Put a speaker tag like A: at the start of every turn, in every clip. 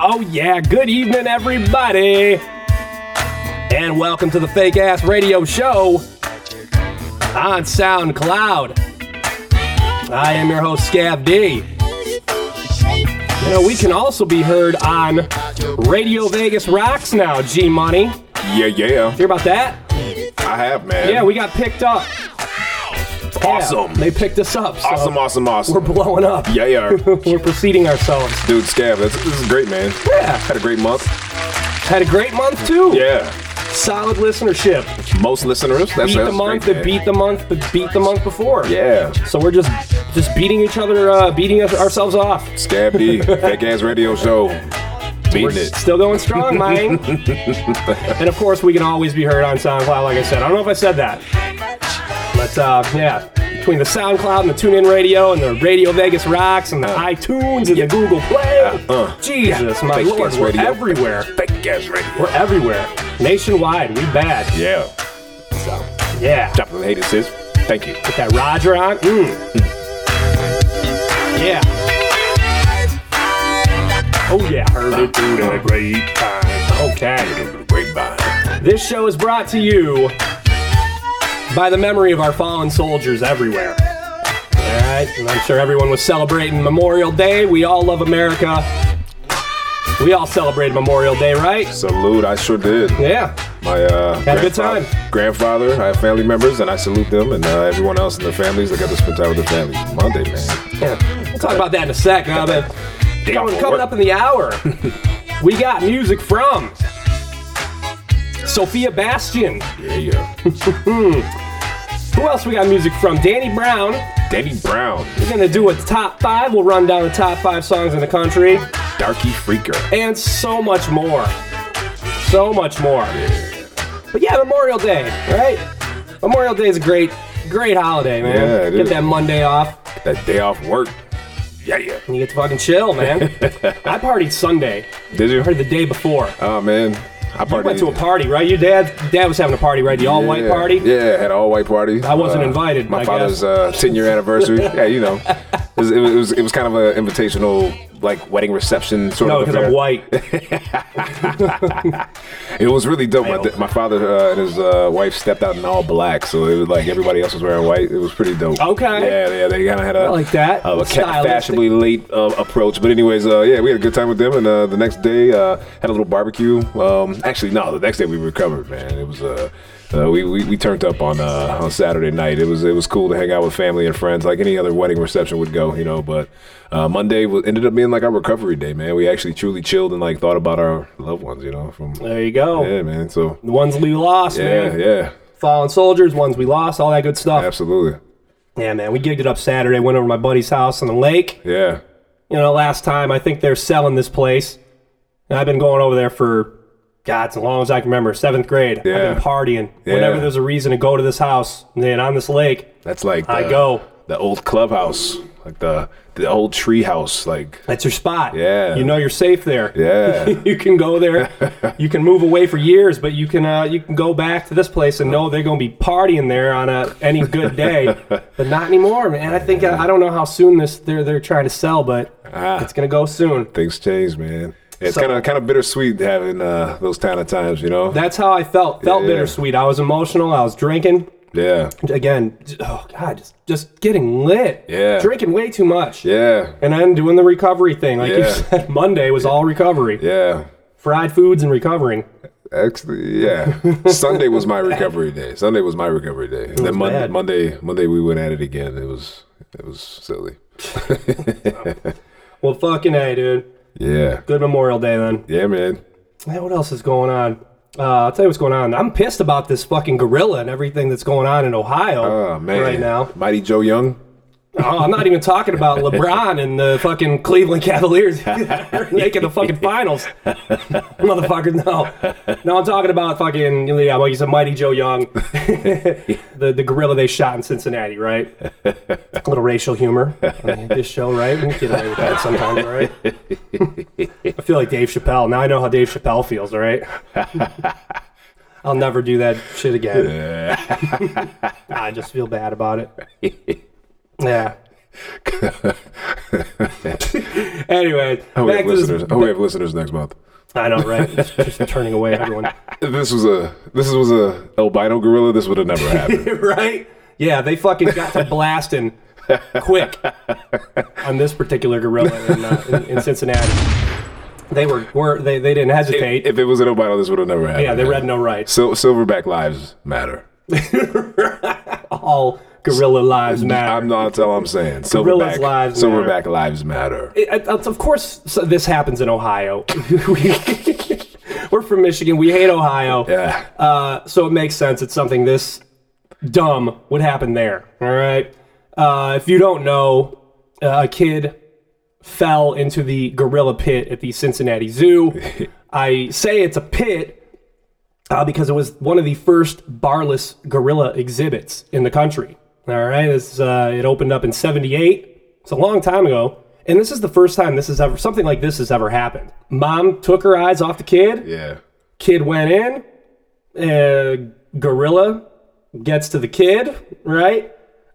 A: Oh, yeah. Good evening, everybody. And welcome to the Fake Ass Radio Show on SoundCloud. I am your host, Scav D. You know, we can also be heard on Radio Vegas Rocks now, G Money.
B: Yeah, yeah.
A: Hear about that?
B: I have, man.
A: Yeah, we got picked up. Yeah,
B: awesome.
A: they picked us up. So
B: awesome, awesome, awesome.
A: We're blowing up.
B: yeah, yeah.
A: We're proceeding ourselves.
B: Dude, Scav, that's, this is great, man.
A: Yeah.
B: Had a great month.
A: Had a great month, too.
B: Yeah.
A: Solid listenership.
B: Most listeners. That's,
A: beat
B: that's
A: the month
B: great,
A: that
B: man.
A: beat the month that beat the month before.
B: Yeah.
A: So we're just just beating each other, uh, beating us, ourselves off.
B: Scab D, Fake Ass Radio Show.
A: We're
B: Beating it.
A: still going strong, mine. and of course, we can always be heard on SoundCloud. Like I said, I don't know if I said that, but uh, yeah, between the SoundCloud and the TuneIn Radio and the Radio Vegas Rocks and the iTunes and the Google Play,
B: uh.
A: Jesus, my
B: Fake
A: lord,
B: Ass
A: we're
B: Radio.
A: everywhere.
B: Fake Ass Radio.
A: We're everywhere, nationwide. We bad.
B: Yeah.
A: So yeah.
B: Drop the haters, sis. Thank you.
A: Put that Roger on. Mm.
B: Hmm.
A: Yeah. Oh yeah, heard it through the grapevine. Okay.
B: Grapevine.
A: This show is brought to you by the memory of our fallen soldiers everywhere. All right, and I'm sure everyone was celebrating Memorial Day. We all love America. We all celebrate Memorial Day, right?
B: Salute, I sure did.
A: Yeah.
B: My uh,
A: Had a good
B: grandfather-
A: time.
B: Grandfather, I have family members, and I salute them and uh, everyone else in their families that got to spend time with their families. Monday, man.
A: Yeah. We'll talk about that in a sec, huh? But
B: Day
A: Coming,
B: off
A: coming
B: work.
A: up in the hour, we got music from Sophia Bastian.
B: Yeah, yeah.
A: Who else we got music from? Danny Brown.
B: Danny Brown,
A: We're gonna do a top five. We'll run down the top five songs in the country,
B: Darky Freaker.
A: and so much more. So much more. But yeah, Memorial Day, right? Memorial Day is a great, great holiday, man.
B: Yeah, it
A: get
B: is.
A: that Monday off,
B: That day off work. Yeah, yeah.
A: and you get to fucking chill, man. I partied Sunday.
B: Did
A: I partied
B: you?
A: the day before.
B: Oh man, I partied.
A: You went to a party, right? Your dad, dad was having a party, right? The all white
B: Yeah,
A: party.
B: Yeah, had an all white party.
A: I wasn't invited,
B: My
A: I guess.
B: father's uh, ten year anniversary. yeah, you know, it was, it was it was kind of an invitational like wedding reception sort
A: No,
B: of.
A: because
B: affair.
A: I'm white.
B: It was really dope. My,
A: Male.
B: th- my father uh, and his uh, wife stepped out in all black, so it was like everybody else was wearing white. It was pretty dope.
A: Okay.
B: Yeah, yeah, they kind of had a
A: I like that.
B: a, a ca-
A: Stylistic.
B: fashionably late uh, approach. But anyways, uh, yeah, we had a good time with them, and uh, the next day uh, had a little barbecue. Um, actually, no, the next day we recovered, man. It was. Uh, uh, we, we, we turned up on uh, on Saturday night. It was it was cool to hang out with family and friends, like any other wedding reception would go, you know. But uh, Monday was, ended up being like our recovery day, man. We actually truly chilled and like thought about our loved ones, you know, from
A: There you go.
B: yeah, man. So
A: The ones we lost,
B: yeah,
A: man.
B: yeah,
A: Fallen soldiers, ones we lost, all that good stuff.
B: absolutely.
A: Yeah, man. We gigged it up Saturday. Went over to my buddy's house on the lake.
B: Yeah,
A: You know, last time I think they're selling this place, and I've been going over there for God, as long as I can remember. Seventh grade.
B: Yeah.
A: I've been partying.
B: Yeah.
A: Whenever there's a reason to go to this house, and then on this lake,
B: that's like the,
A: I go.
B: the old clubhouse, like the the old tree house, like
A: that's your spot.
B: Yeah.
A: You know you're safe there.
B: yeah,
A: you can go there. You can move away for years, but you can uh, you can go back to this place and know they're going to be partying there on a, any good day. but not anymore, man. I think uh, I, I don't know how soon this they're they're trying to sell, but
B: Ah.
A: it's going to go soon.
B: things change, man. It's
A: So-
B: kind of kind of bittersweet having uh, those kind of times, you know.
A: That's how I felt. Felt
B: Yeah.
A: bittersweet. I was emotional. I was drinking
B: yeah,
A: again. j- Oh God, just just getting lit.
B: Yeah.
A: drinking way too much.
B: yeah,
A: And then doing the recovery thing, like you
B: Yeah.
A: said, Monday was all recovery,
B: yeah.
A: fried foods and recovering.
B: Actually, yeah. Sunday was my recovery day. Sunday was my recovery day. And then
A: was
B: Monday,
A: bad.
B: Monday, Monday, we went at it again. It was It was silly.
A: Well, fucking hey, dude.
B: Yeah.
A: Good Memorial Day then.
B: Yeah, man.
A: Man, what else is going on? Uh, I'll tell you what's going on. I'm pissed about this fucking gorilla and everything that's going on in Ohio
B: Oh man.
A: right now.
B: Mighty Joe Young.
A: Oh, I'm not even talking about LeBron and the fucking Cleveland Cavaliers making the fucking finals. Motherfucker, no. No, I'm talking about fucking, yeah, like you said, Mighty Joe Young, the, the gorilla they shot in Cincinnati, right? A little racial humor on this show, right? We get away with that sometimes, all right? I feel like Dave Chappelle. Now I know how Dave Chappelle feels, all right? I'll never do that shit again.
B: Yeah.
A: I just feel bad about it. Yeah. anyway,
B: I hope we
A: back to
B: have Oh, listeners.
A: this,
B: I hope we have listeners next month.
A: I know, right? Just, just turning away everyone,
B: If this was a this was a albino gorilla, this would have never happened.
A: right? Yeah, they fucking got to blasting quick on this particular gorilla in, uh, in, in Cincinnati. They were, were they, they didn't hesitate.
B: if it was an albino, this would have never happened.
A: yeah, they read no rights.
B: Sil- silverback lives matter.
A: All gorilla lives matter.
B: I'm not. That's all I'm saying.
A: Gorillas'
B: Silverback
A: lives matter.
B: Silverback lives matter.
A: It- it- it's- of course, so this happens in Ohio. We- We're from Michigan. We hate Ohio.
B: Yeah.
A: Uh, so it makes sense. It's something this dumb would happen there. All right. Uh, if you don't know, uh, a kid fell into the gorilla pit at the Cincinnati Zoo. I say it's a pit uh, because it was one of the first barless gorilla exhibits in the country. All right. This, uh, it opened up in 78. It's a long time ago. And this is the first time this has ever, something like this has ever happened. Mom took her eyes off the kid
B: yeah.
A: kid went in uh, gorilla gets to the kid right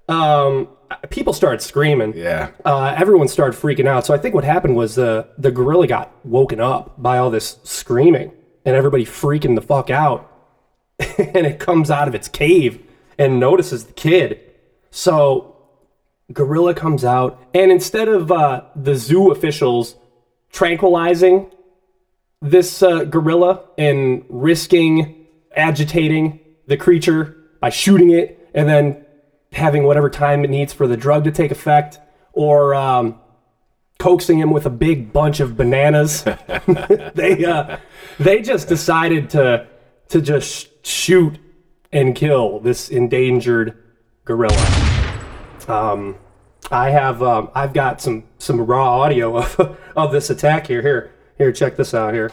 A: um, people started screaming
B: Yeah.
A: uh, everyone started freaking out so i think what happened was the, the gorilla got woken up by all this screaming and everybody freaking the fuck out and it comes out of its cave and notices the kid so gorilla comes out and instead of uh, the zoo officials tranquilizing this uh, gorilla and risking agitating the creature by shooting it and then having whatever time it needs for the drug to take effect or um, coaxing him with a big bunch of bananas they uh, they just decided to to just sh- shoot and kill this endangered gorilla um, I have um, I've got some some raw audio of of this attack here. Here, here, check this out here.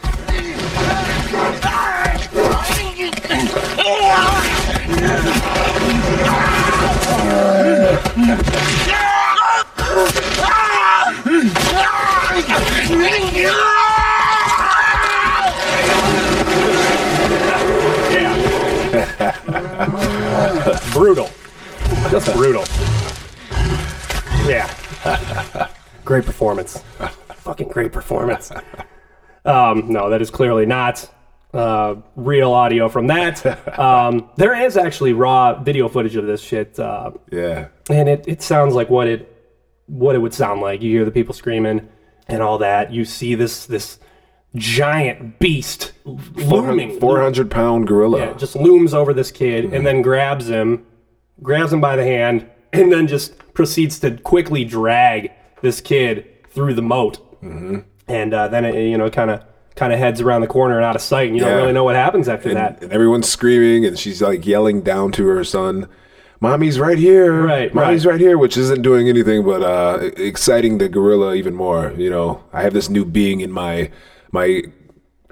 A: Brutal, just brutal. Yeah, great performance. Fucking great performance. Um, no, that is clearly not uh, real audio from that. Um, there is actually raw video footage of this shit. Uh,
B: Yeah.
A: and it, it sounds like what it what it would sound like. You hear the people screaming and all that. You see this this giant beast looming,
B: Four hundred pound gorilla.
A: Yeah, just looms over this kid and then grabs him, grabs him by the hand, and then just proceeds to quickly drag this kid through the moat. Mm-hmm. And uh, then it you know kind of kind of heads around the corner and out of sight, and you
B: Yeah.
A: don't really know what happens after that.
B: and everyone's screaming and she's like yelling down to her son mommy's right here
A: Right,
B: mommy's
A: right.
B: right, here which isn't doing anything but uh e- exciting the gorilla even more you know i have this new being in my my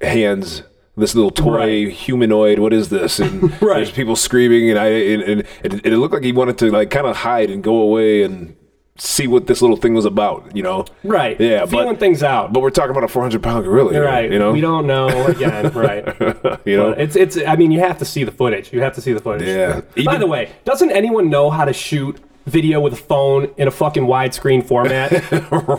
B: hands this little toy
A: Right.
B: humanoid what is this and
A: Right.
B: there's people screaming and i and, and it, it looked like he wanted to like kind of hide and go away and see what this little thing was about you know
A: Right.
B: yeah
A: Feeling
B: but
A: things out.
B: but we're talking about a 400 pound gorilla here,
A: right.
B: you know
A: We don't know again. right.
B: you know
A: It's it's. I mean, you have to see the footage. You have to see the footage.
B: Yeah.
A: By
B: Even-
A: the way, doesn't anyone know how to shoot video with a phone in a fucking widescreen format?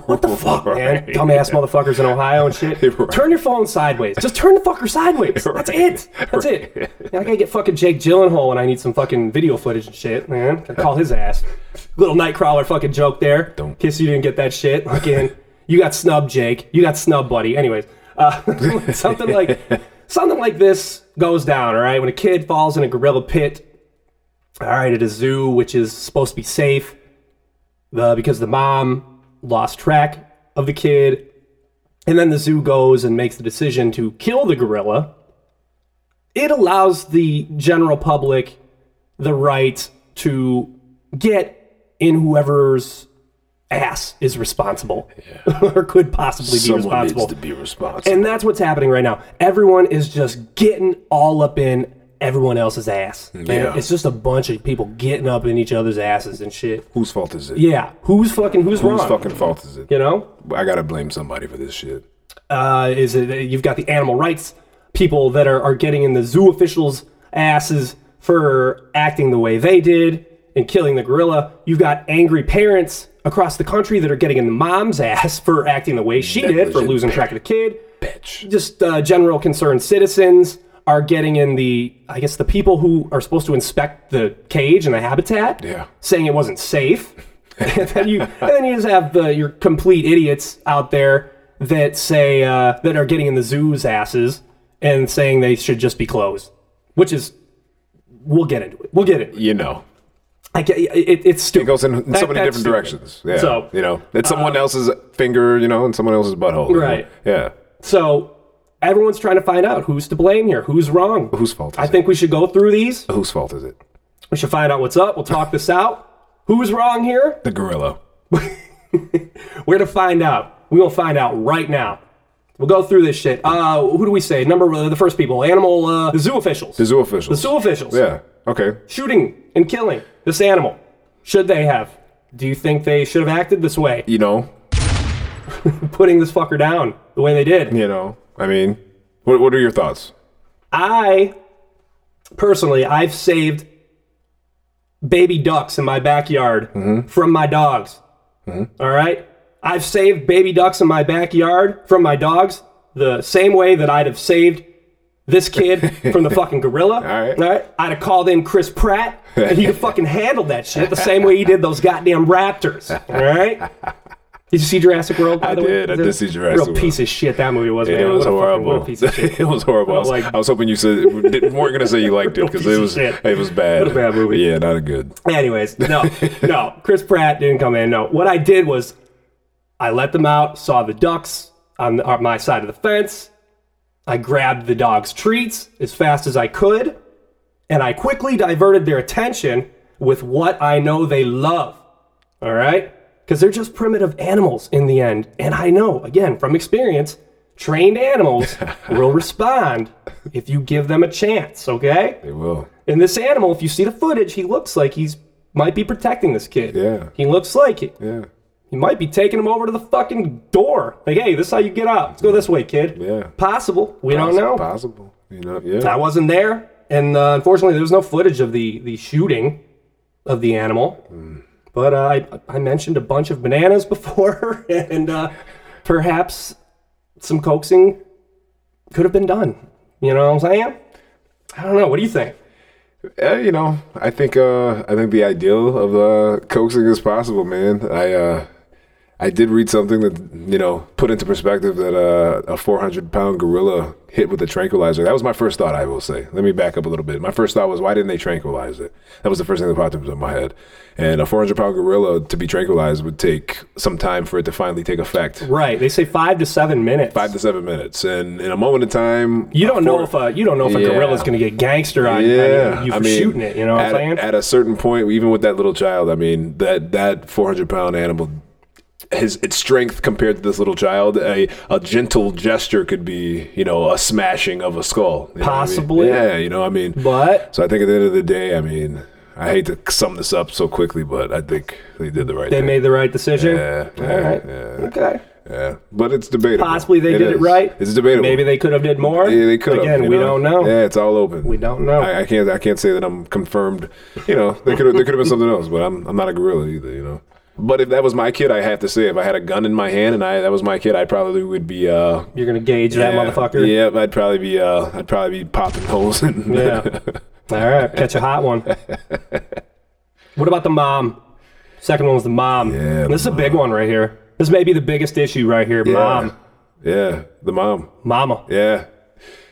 A: what the fuck, man?
B: Right.
A: Dumbass motherfuckers in Ohio and shit.
B: Right.
A: Turn your phone sideways. Just turn the fucker sideways. That's it. That's it. Now I gotta get fucking Jake Gyllenhaal when I need some fucking video footage and shit, man. Gotta call his ass. Little Nightcrawler fucking joke there.
B: Don't.
A: Kiss you didn't get that shit. Again, you got snubbed, Jake. You got snubbed, buddy. Anyways, uh, something like something like this goes down. All right, when a kid falls in a gorilla pit. All right, at a zoo, which is supposed to be safe uh, because the mom lost track of the kid. And then the zoo goes and makes the decision to kill the gorilla. It allows the general public the right to get in whoever's ass is responsible or could possibly be
B: Someone
A: responsible.
B: needs to be responsible.
A: And that's what's happening right now. Everyone is just getting all up in everyone else's ass. man.
B: Yeah.
A: It's just a bunch of people getting up in each other's asses and shit.
B: Whose fault is it?
A: Yeah. Who's fucking who's
B: Whose
A: wrong?
B: fucking fault is it?
A: you know?
B: I gotta blame somebody for this shit.
A: Uh, is it you've got the animal rights people that are, are getting in the zoo officials' asses for acting the way they did and killing the gorilla. You've got angry parents across the country that are getting in the mom's ass for acting the way she did, for
B: Negligent
A: losing track of the kid.
B: Bitch.
A: just uh, general concerned citizens are getting in the i guess the people who are supposed to inspect the cage and the habitat
B: Yeah.
A: saying it wasn't safe and then you and then you just have the your complete idiots out there that say uh, that are getting in the zoo's asses and saying they should just be closed which is we'll get into it we'll get into it
B: You know.
A: I get, it, it's stupid
B: It goes in, in so
A: That-
B: many
A: that's
B: different
A: stupid.
B: directions. Yeah.
A: So, um,
B: you know, it's someone else's finger, you know, and someone else's butthole. you know?
A: Right.
B: Yeah.
A: so everyone's trying to find out who's to blame here who's wrong
B: Whose fault is
A: i think we should go through these
B: it? Whose fault is it?
A: We should find out what's up. We'll talk this out. Who's wrong here?
B: The gorilla.
A: We're gonna find out. We will find out right now. We'll go through this shit. Uh, who do we say? Number uh, the first people. Animal. Uh, the zoo officials.
B: The
A: The
B: zoo officials.
A: zoo officials.
B: Yeah. Okay.
A: Shooting and killing this animal. Should they have? Do you think they should have acted this way?
B: You know.
A: Putting this fucker down the way they did.
B: You know. I mean, what, what are your thoughts?
A: I personally, I've saved baby ducks in my backyard
B: Mm-hmm.
A: from my dogs. All right, I've saved baby ducks in my backyard from my dogs the same way that I'd have saved this kid from the fucking gorilla. All
B: right.
A: I'd have called in Chris Pratt and he'd have fucking handled that shit the same way he did those goddamn raptors. All right. Did you see Jurassic World? By
B: I
A: the
B: did.
A: Way?
B: I did see Jurassic
A: Real
B: World.
A: piece of shit that movie was. man.
B: It was
A: What a fucking-
B: horrible.
A: What a piece of shit.
B: it was horrible. I was,
A: like-
B: I was hoping you said didn't, weren't gonna say you liked it because
A: piece
B: it
A: of
B: was
A: shit.
B: it was bad.
A: What a bad movie.
B: Yeah, not a good.
A: Anyways, no, no, Chris Pratt didn't come in. No, what I did was I let them out, saw the ducks on, the, on my side of the fence. I grabbed the dog's treats as fast as I could, and I quickly diverted their attention with what I know they love. All right? Because they're just primitive animals in the end. And I know, again, from experience, trained animals will respond if you give them a chance, okay?
B: It will.
A: And this animal, if you see the footage, he looks like he's might be protecting this kid.
B: Yeah.
A: He looks like it.
B: Yeah.
A: He might be taking him over to the fucking door. Like, hey, this is how you get out. Let's go this way, kid.
B: Yeah.
A: Possible. We don't
B: It's
A: know.
B: Possible. You know. Yeah.
A: I wasn't there, and uh, unfortunately, there was no footage of the the shooting of the animal.
B: Mm.
A: But uh, I I mentioned a bunch of bananas before, and uh, perhaps some coaxing could have been done. You know what I'm saying? I don't know. What do you think?
B: Eh, you know, I think uh, I think the ideal of uh, coaxing is possible, man. I uh, I did read something that you know put into perspective that uh, a 400 pound gorilla hit with a tranquilizer. That was my first thought. I will say. Let me back up a little bit. My first thought was, why didn't they tranquilize it? That was the first thing that popped into my head. And a 400 pound gorilla to be tranquilized would take some time for it to finally take effect.
A: Right. They say five to seven minutes.
B: Five to seven minutes, and in a moment of time,
A: You don't know
B: four-
A: if a you don't know if a
B: Yeah.
A: gorilla's going to get gangster on, on
B: yeah,
A: you for
B: I mean,
A: shooting it. You know what I'm
B: at,
A: saying?
B: At a certain point, even with that little child, I mean, that that 400 pound animal, his its strength compared to this little child, a, a gentle gesture could be, you know, a smashing of a skull. you know what I mean?
A: Possibly.
B: yeah, you know, I mean,
A: but
B: so I think at the end of the day, I mean, I hate to sum this up so quickly, but I think they did the right
A: they
B: thing.
A: made the right decision.
B: yeah, yeah,
A: All right.
B: yeah,
A: Okay.
B: yeah. But it's debatable.
A: Possibly they did it
B: is.
A: right.
B: It's debatable.
A: Maybe they could have did more.
B: Yeah, they could have.
A: Again,
B: you
A: we
B: know?
A: don't know.
B: Yeah, it's all open. We
A: don't know.
B: I, I can't. I can't say that I'm confirmed. You know, they could. have. There could have been something else, but I'm. I'm not a gorilla either. You know. But if that was my kid, I have to say, if I had a gun in my hand and I that was my kid, I probably would be. Uh,
A: You're going to gauge that
B: yeah,
A: motherfucker.
B: Yeah, I'd probably be. Uh, I'd probably be popping holes. And
A: Yeah. All right. Catch a hot one. what about the mom? Second one was the mom.
B: Yeah, the
A: this is a big one right here. This may be the biggest issue right here. Mom.
B: Yeah, the mom.
A: Mama.
B: Yeah.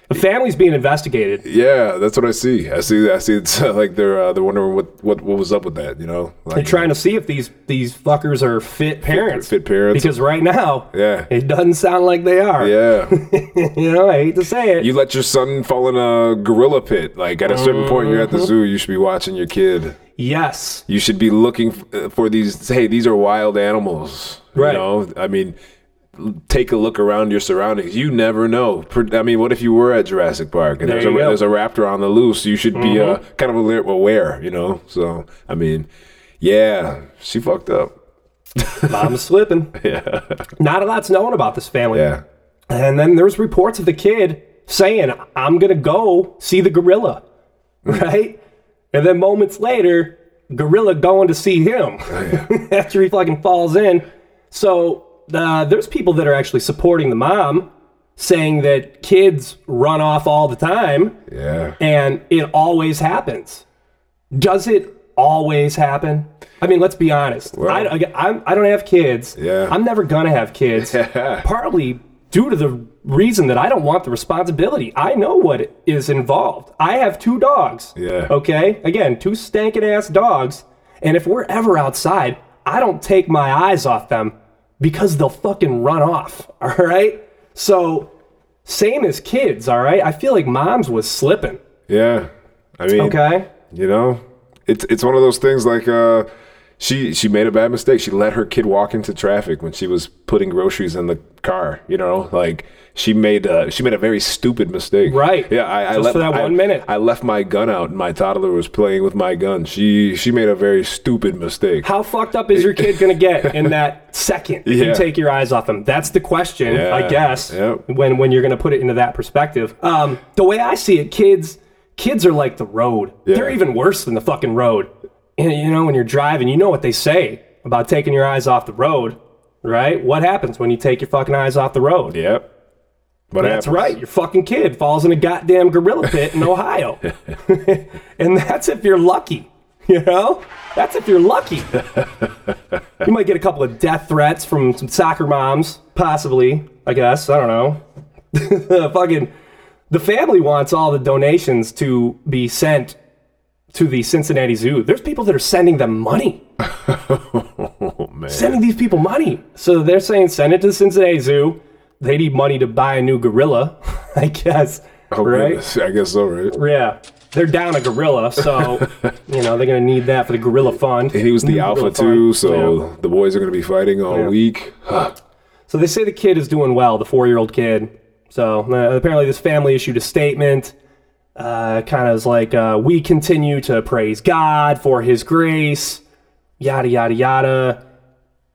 A: The family's being investigated.
B: Yeah, that's what I see. I see. I see. It's uh, like they're uh, they're wondering what, what what was up with that. You know,
A: They're
B: like
A: trying to see if these these fuckers are fit parents.
B: fit parents.
A: Because right now,
B: Yeah.
A: it doesn't sound like they are.
B: yeah.
A: you know, I hate to say it.
B: you let your son fall in a gorilla pit. Like at a certain point, you're at
A: Mm-hmm.
B: the zoo. You should be watching your kid.
A: yes.
B: You should be looking f- uh, for these. Hey, these are wild animals.
A: Right.
B: You know. I mean, l- take a look around your surroundings. You never know. Per- I mean, what if you were at Jurassic Park and
A: There
B: there's a,
A: you go. Mm-hmm.
B: there's a raptor on the loose? You should be uh, kind of alert, aware. You know. So I mean, yeah, she fucked up.
A: Mom's slipping.
B: Yeah.
A: Not a lot's known about this family.
B: Yeah.
A: And then there's reports of the kid saying, I'm going to go see the gorilla. Right? And then moments later, gorilla going to see him after he fucking falls in. So uh, there's people that are actually supporting the mom, saying that kids run off all the time
B: Yeah.
A: and it always happens. Does it always happen? I mean, let's be honest. I, I, I'm- I don't have kids.
B: Yeah.
A: I'm never going to have kids. Partly due to the reason that I don't want the responsibility. I know what is involved. I have two dogs.
B: Yeah.
A: Okay. Again, two stankin' ass dogs. And if we're ever outside, I don't take my eyes off them because they'll fucking run off. All right. So, same as kids. All right. I feel like moms was slipping.
B: Yeah. I mean.
A: Okay.
B: you know it's it's one of those things like uh she she made a bad mistake she let her kid walk into traffic when she was putting groceries in the car you know like she made uh she made a very stupid mistake
A: Right.
B: yeah i, I
A: Just
B: left
A: for that
B: I-
A: one minute.
B: i left my gun out and my toddler was playing with my gun she she made a very stupid mistake
A: How fucked up is your kid gonna get in that second
B: Yeah.
A: you take your eyes off them? That's the question, I
B: Yeah.
A: guess.
B: Yep.
A: When when you're gonna put it into that perspective, um, the way I see it, kids kids are like the road. They're even worse than the fucking road. And you know when you're driving, you know what they say about taking your eyes off the road, right? What happens when you take your fucking eyes off the road?
B: yep but
A: That's right. Your fucking kid falls in a goddamn gorilla pit in Ohio. and that's if you're lucky. You know? That's if you're lucky. you might get a couple of death threats from some soccer moms, possibly, I guess. I don't know. the fucking the family wants all the donations to be sent to the Cincinnati Zoo. There's people that are sending them money.
B: oh man
A: Sending these people money. So they're saying send it to the Cincinnati Zoo. They need money to buy a new gorilla, I guess.
B: Oh,
A: right?
B: goodness. i guess so right
A: Yeah. They're down a gorilla, so you know, they're gonna need that for the gorilla fund.
B: and he was the
A: New
B: alpha
A: gorilla
B: too
A: fund.
B: so
A: Yeah.
B: the boys are going to be fighting all week
A: So they say the kid is doing well, the four year old kid. So uh, apparently this family issued a statement. Uh, kind of is like, uh, we continue to praise God for his grace, yada, yada, yada.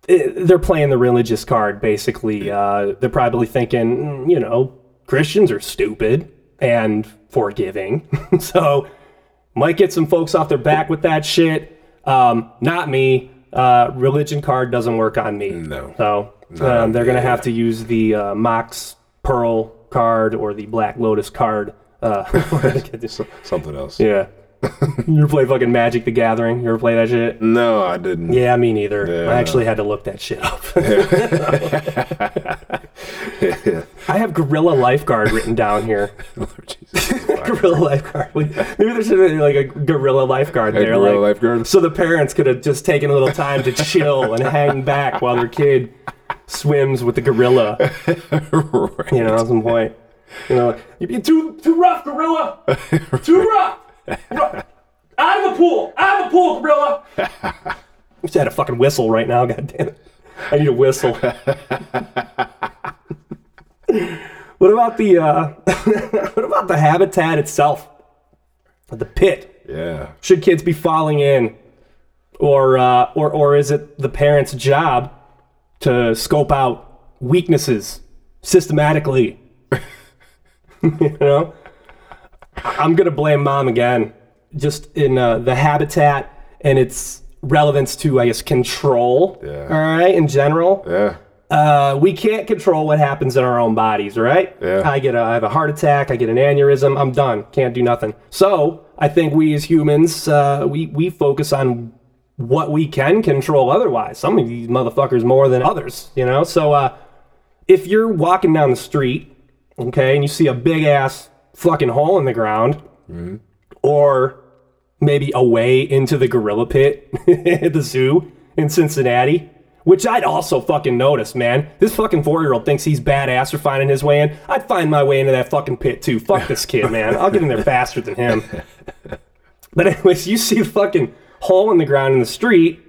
A: It- they're playing the religious card, basically. Uh, they're probably thinking, "Mm, you know, Christians are stupid and forgiving. so might get some folks off their back with that shit. Um, not me. Uh, religion card doesn't work on me.
B: No.
A: So um, they're going to have to use the uh, Mox Pearl card or the Black Lotus card. Uh,
B: something else
A: yeah. you ever play fucking Magic the Gathering? You ever play that shit?
B: no i didn't
A: Yeah, me neither. I
B: Mm. Yeah.
A: actually had to look that shit up. I have Gorilla Lifeguard written down here.
B: Jesus.
A: gorilla Lifeguard. Maybe there should be like a Gorilla Lifeguard there.
B: gorilla
A: like,
B: lifeguard?
A: So the parents could have just taken a little time to chill and hang back while their kid swims with the gorilla.
B: Right.
A: You know, at some point. You know, you're being too too rough, gorilla. Too rough. Ru- Out of the pool. Out of the pool, gorilla. I wish I had a fucking whistle right now. God damn it. I need a whistle. what about the uh, what about the habitat itself? The pit.
B: Yeah.
A: Should kids be falling in, or uh, or or is it the parents' job to scope out weaknesses systematically? you know, I- I'm gonna blame mom again, just in uh, the habitat and its relevance to I guess control.
B: Yeah.
A: All right, in general
B: Yeah.
A: uh, we can't control what happens in our own bodies, right?
B: Yeah.
A: I get a, I have a heart attack. I get an aneurysm. I'm done. Can't do nothing. So I think we as humans, uh, we we focus on what we can control. Otherwise, some of these motherfuckers more than others, you know. So uh, if you're walking down the street, okay, and you see a big ass fucking hole in the ground, or maybe away into the gorilla pit at the zoo in Cincinnati. Which I'd also fucking notice, man. This fucking four year old thinks he's badass for finding his way in. I'd find my way into that fucking pit too. Fuck this kid, man. I'll get in there faster than him. But anyways, you see the fucking hole in the ground in the street,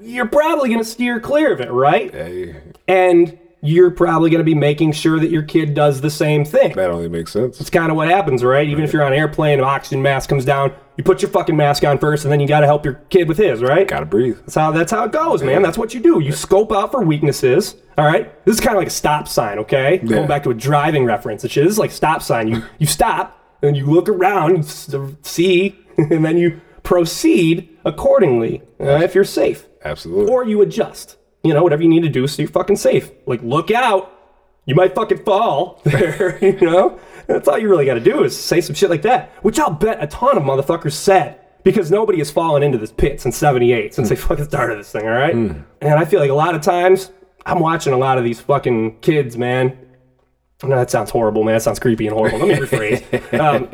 A: you're probably gonna steer clear of it, right?
B: Hey,
A: And you're probably gonna be making sure that your kid does the same thing.
B: that only makes sense.
A: It's kind of what happens, right? Even if you're on an airplane, an oxygen mask comes down, you put your fucking mask on first, and then you gotta help your kid with his, right?
B: Gotta breathe.
A: That's how that's how it goes, man. That's what you do. You scope out for weaknesses. All right. This is kind of like a stop sign. Okay. Going back to a driving reference and shit. This is like a stop sign. You you stop and you look around, you s- see, and then you proceed accordingly uh, if you're safe,
B: Absolutely.
A: or you adjust. You know, whatever you need to do so you're fucking safe. Like look out. You might fucking fall there, you know? That's all you really gotta do is say some shit like that, which I'll bet a ton of motherfuckers said because nobody has fallen into this pit since 78, since they fucking started this thing, all right? And I feel like a lot of times I'm watching a lot of these fucking kids, man. No, that sounds horrible, man. That sounds creepy and horrible. Let me rephrase. Um,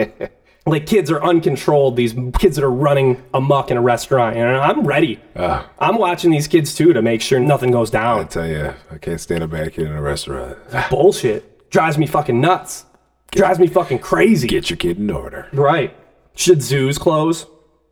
A: like kids are uncontrolled. These kids that are running amok in a restaurant, and I'm ready. I'm watching these kids too to make sure nothing goes down.
B: I tell you, I can't stand a bad kid in a restaurant.
A: bullshit drives me fucking nuts. Drives me fucking crazy.
B: Get your kid in order.
A: right. Should zoos close? What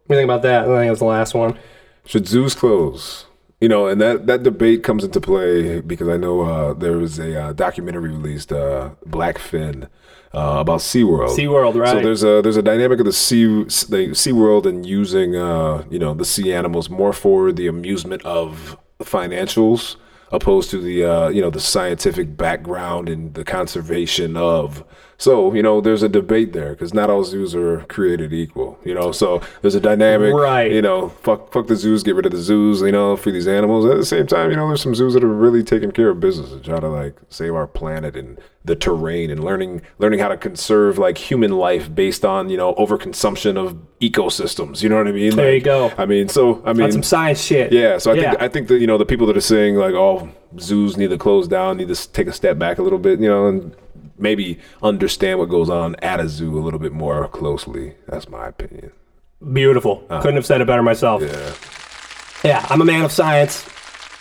A: do you think about that? I think that was the last one.
B: Should zoos close? You know, and that, that debate comes into play because I know uh, there was a uh, documentary released, uh, Black Fin, uh, about SeaWorld.
A: SeaWorld,
B: So
A: right.
B: there's a there's a dynamic of the sea the SeaWorld and using uh, you know the sea animals more for the amusement of the financials opposed to the uh, you know the scientific background and the conservation of. So you know there's a debate there because not all zoos are created equal. You know, so there's a dynamic.
A: Right.
B: You know, fuck fuck the zoos, get rid of the zoos. You know, free these animals. At the same time, you know, there's some zoos that are really taking care of business and trying to like save our planet and the terrain and learning learning how to conserve like human life based on you know overconsumption of ecosystems. You know what I mean?
A: There you
B: Like,
A: go.
B: I mean, so I mean,
A: Some science shit.
B: yeah, so I think
A: Yeah.
B: I think that you know the people that are saying like, oh, zoos need to close down, need to s- take a step back a little bit, you know, and maybe understand what goes on at a zoo a little bit more closely. That's my opinion.
A: Beautiful. Couldn't have said it better myself.
B: Uh. Yeah,
A: Yeah, I'm a man of science,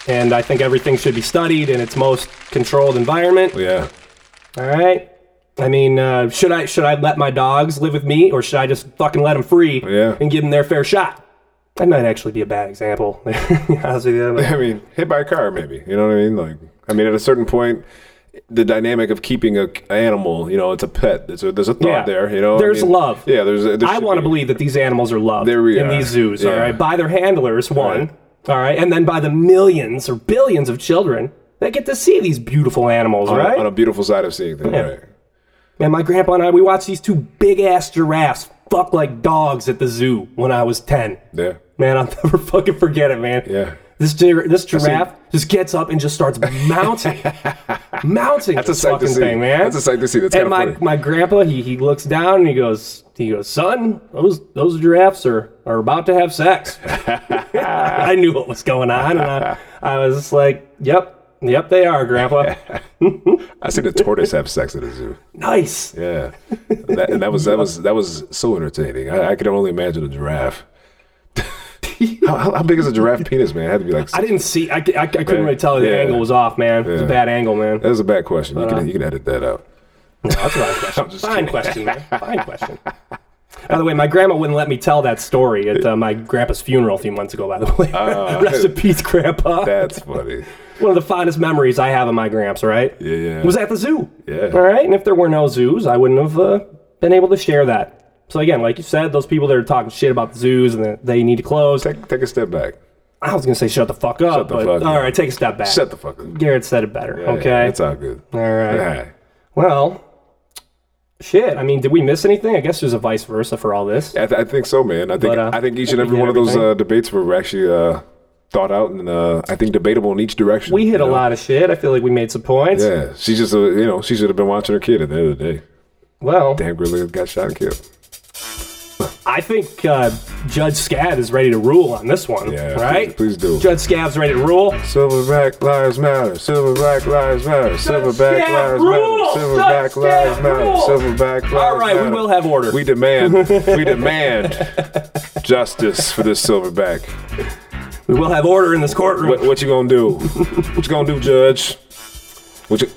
A: and I think everything should be studied in its most controlled environment.
B: yeah.
A: All right. I mean, uh, should I should I let my dogs live with me, or should I just fucking let them free
B: Yeah.
A: and give them their fair shot? That might actually be a bad example. Honestly, that might-
B: I mean, hit by a car, maybe. You know what I mean? Like, I mean, at a certain point, the dynamic of keeping a c- animal, you know, it's a pet. There's a, there's a thought
A: Yeah.
B: there. You know, I
A: There's
B: mean,
A: love.
B: Yeah, there's. A, there
A: I
B: should
A: want to
B: be.
A: believe that these animals are loved
B: There we
A: in
B: are.
A: these zoos, all
B: Yeah.
A: right, by their handlers, one,
B: Right.
A: all right, and then by the millions or billions of children that get to see these beautiful animals,
B: on, a-
A: right?
B: on a beautiful side of seeing things. Right.
A: Man, my grandpa and I, we watched these two big ass giraffes fuck like dogs at the zoo when I was 10.
B: Yeah.
A: Man, I'll never fucking forget it, man.
B: Yeah.
A: This, gir- this giraffe just gets up and just starts mounting, mounting
B: That's a
A: this
B: sight to
A: fucking
B: see.
A: thing, man.
B: That's a sight to see. That's
A: and
B: kind
A: my,
B: of funny.
A: my grandpa, he, he looks down and he goes, he goes, son, those those giraffes are, are about to have sex. I knew what was going on, and I, I was just like, yep, yep, they are, grandpa.
B: I seen a tortoise have sex at a zoo.
A: nice.
B: Yeah, that, and that was that was that was so entertaining. I, I could only imagine a giraffe. how, how, how big is a giraffe penis, man? It had to be like.
A: I didn't see. I, c- I c- I couldn't really tell. The
B: Yeah.
A: angle was off, man. It was a
B: Yeah.
A: bad angle, man.
B: That was a bad question. You can you can edit that out.
A: Uh. That's what I was questioning.
B: I'm just
A: Fine
B: kidding.
A: question, man. Fine question. By the way, my grandma wouldn't let me tell that story at uh, my grandpa's funeral a few months ago. By the way, rest in peace, grandpa.
B: Ah. That's funny.
A: One of the fondest memories I have of my gramps. Right?
B: Yeah, yeah.
A: Was at the zoo.
B: Yeah.
A: All right. And if there were no zoos, I wouldn't have uh, been able to share that. So again, like you said, those people that are talking shit about the zoos and that they need to close.
B: Take, take a step back.
A: I was gonna say shut the fuck up,
B: the
A: but
B: fuck
A: all
B: up.
A: right, take a step back.
B: Shut the fuck up.
A: Garrett said it better.
B: Yeah,
A: okay.
B: It's all good.
A: all right.
B: All right.
A: Well, shit. I mean, did we miss anything? I guess there's a vice versa for all this.
B: I, th- I think so, man. I think
A: But, uh,
B: I think each and
A: I think
B: every
A: we
B: one
A: hit
B: of those
A: everything.
B: uh, debates were actually uh, thought out and uh, I think debatable in each direction.
A: We
B: you
A: hit a
B: know?
A: lot of shit. I feel like we made some points.
B: Yeah, she just uh, you know she should have been watching her kid at the end of the day.
A: Well,
B: Damn, gorilla got shot and killed.
A: I think uh, Judge Scab is ready to rule on this one,
B: Yeah,
A: right?
B: please- please do.
A: Judge Scab's ready to rule.
B: Silverback lives matter. Silverback lives matter. Silverback
A: Scab
B: lives
A: rules!
B: matter. Silverback
A: Judge
B: lives
A: Scab
B: matter.
A: rules!
B: Silverback lives matter.
A: All right, we will have order.
B: We demand. we demand justice for this silverback.
A: We will have order in this courtroom.
B: What, what you gonna do? What you gonna do, Judge? What you?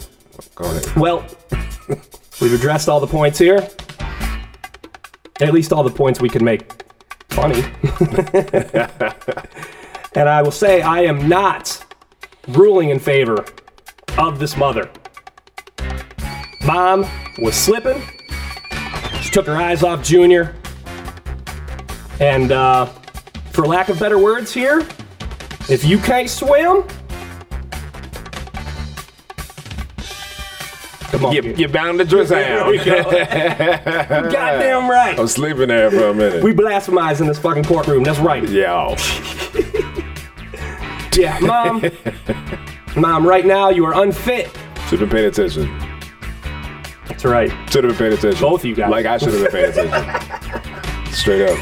B: Go ahead.
A: Well, we've addressed all the points here. At least all the points we can make funny. and I will say I am not ruling in favor of this mother. Mom was slipping. She took her eyes off Junior. And uh, for lack of better words here, if you can't swim, come on.
B: You,
A: kid.
B: you're bound to drown.
A: Goddamn right. Oh,
B: I'm sleeping there for a minute. oh,
A: We blasphemize in this fucking courtroom. That's right.
B: Yo.
A: Yeah, mom. mom, right now you are unfit.
B: Should have been paying attention.
A: That's right.
B: Should have been paying attention.
A: Both you guys.
B: Like I should have been paying attention. Straight up.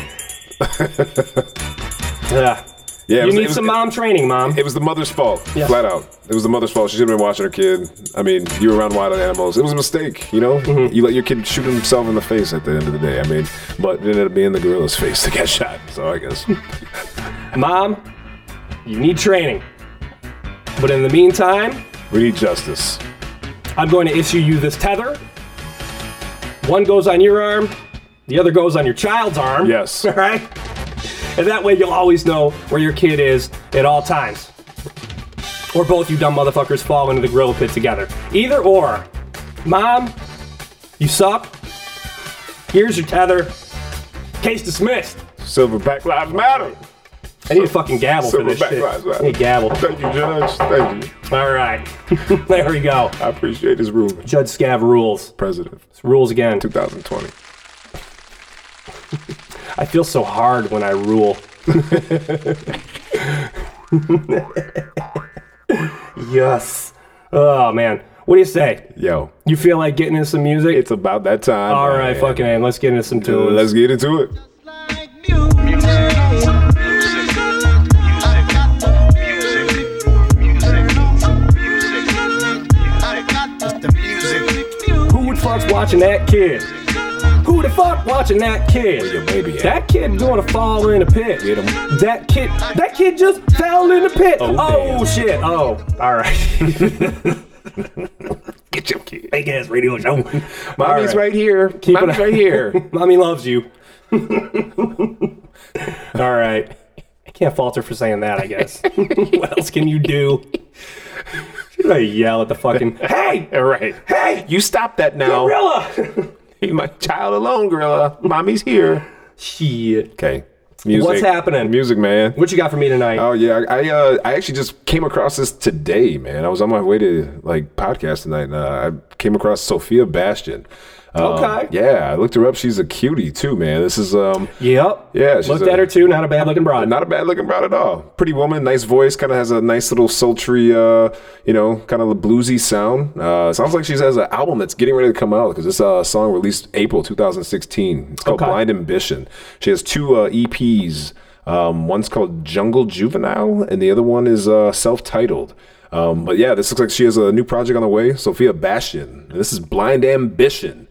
A: Yeah.
B: Yeah. it
A: You
B: was- it
A: need
B: was-
A: some mom training, mom.
B: It was the mother's fault,
A: Yeah.
B: flat out. It was the mother's fault. She should have been watching her kid. I mean, you were around wild animals. It was a mistake, you know.
A: Mm-hmm.
B: You let your kid shoot himself in the face at the end of the day. I mean, but it ended up being the gorilla's face that got shot. So I guess
A: Mom, you need training. But in the meantime,
B: we need justice.
A: I'm going to issue you this tether. One goes on your arm, the other goes on your child's arm.
B: Yes.
A: All right? And that way you'll always know where your kid is at all times. Or both you dumb motherfuckers fall into the grill pit together. Either or. Mom, you suck. Here's your tether. Case dismissed.
B: Silverback lives matter.
A: I need a fucking gavel for this
B: Silverback
A: shit.
B: lives matter.
A: I need a gavel.
B: Thank you, Judge. Thank you.
A: All right. there we go.
B: I appreciate his ruling,
A: Judge Scav rules.
B: President.
A: Rules again.
B: 2020.
A: I feel so hard when I rule. yes. Oh man. What do you say?
B: Yo,
A: You feel like getting into some music?
B: it's about that time.
A: all right,
B: man.
A: fucking man. Let's get into some tunes.
B: Let's get into it.
C: Like music, music, music, music, music, I got the music.
A: Who the fuck's watching that kid? Who the fuck watching that kid?
B: your baby at?
A: That kid gonna fall in a pit.
B: Get him.
A: That kid. That kid just fell in the pit. Oh,
B: damn.
A: shit. Oh, all right.
B: Get your kid.
A: Big ass radio show.
B: Mommy's
A: All
B: right here.
A: it
B: Mommy's
A: up.
B: right here.
A: Mommy loves you. All right. I can't falter for saying that, I guess. what else can you do? Should I yell at the fucking Hey!
B: All right. Hey, you stop that now.
A: Gorilla!
B: Leave my child alone, gorilla. Mommy's here.
A: Shit.
B: Okay. Music.
A: What's happening?
B: Music, man.
A: What you got for me tonight?
B: Oh yeah, I I, uh, I actually just came across this today, man. I was on my way to like podcast tonight, and uh, I came across Sophia Bastion. Um,
A: Okay.
B: Yeah, I looked her up. She's a cutie too, man. This is um,
A: yep.
B: Yeah, she's
A: Looked
B: a-
A: at her too, not a bad looking broad.
B: not a bad looking broad at all. Pretty woman, nice voice, kind of has a nice little sultry, uh, you know, kind of bluesy sound. Uh, sounds like she has an album that's getting ready to come out because this uh, song released April 2016. It's called
A: Okay.
B: Blind Ambition. She has two uh, EPs. Um, one's called Jungle Juvenile, and the other one is uh, self titled. Um, but yeah, this looks like she has a new project on the way, Sophia Bastion. And this is Blind Ambition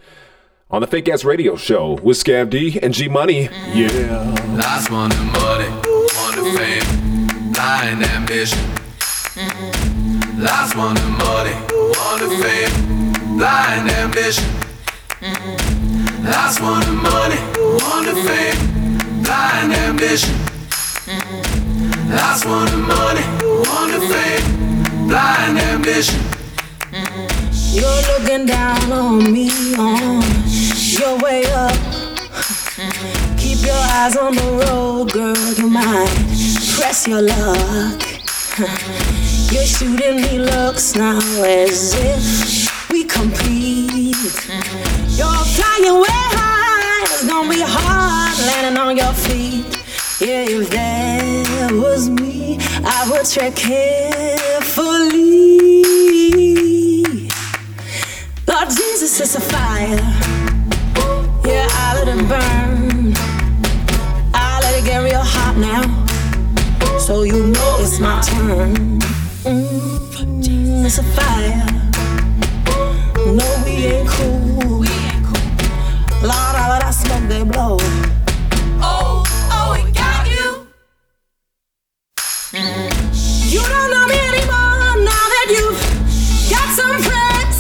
B: on the Fake Ass Radio Show with Scav D and G Money. Yeah.
D: Lots want the money, want the fame, blind ambition. Lots want the money, want the fame, blind ambition. Lots want the money, want the fame, blind ambition. Lots want the money, want the fame, blind ambition.
E: You're looking down on me on your way up. Keep your eyes on the road, girl. You might press your luck. You're shooting me looks now as if we compete. You're flying way high. It's gonna be hard landing on your feet. Yeah, if that was me, I would tread carefully. Lord Jesus, it's a fire. Yeah, I let it burn. now. So you know it's my turn. Mm, it's a fire. No, we ain't cool. Lord, all of that smoke they blow.
F: Oh, oh, it got you.
E: You don't know me anymore now that you've got some friends.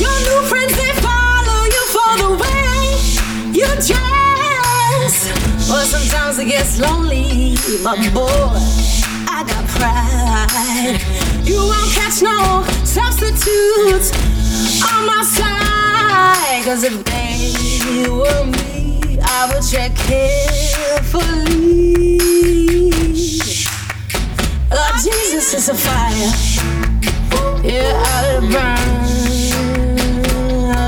E: Your new friends they follow you for the way you dress. Well, sometimes it gets lonely, my boy. I got pride. You won't catch no substitutes on my side. Cause if they were me, I would tread carefully. Oh, Jesus is a fire. Yeah, I let it burn.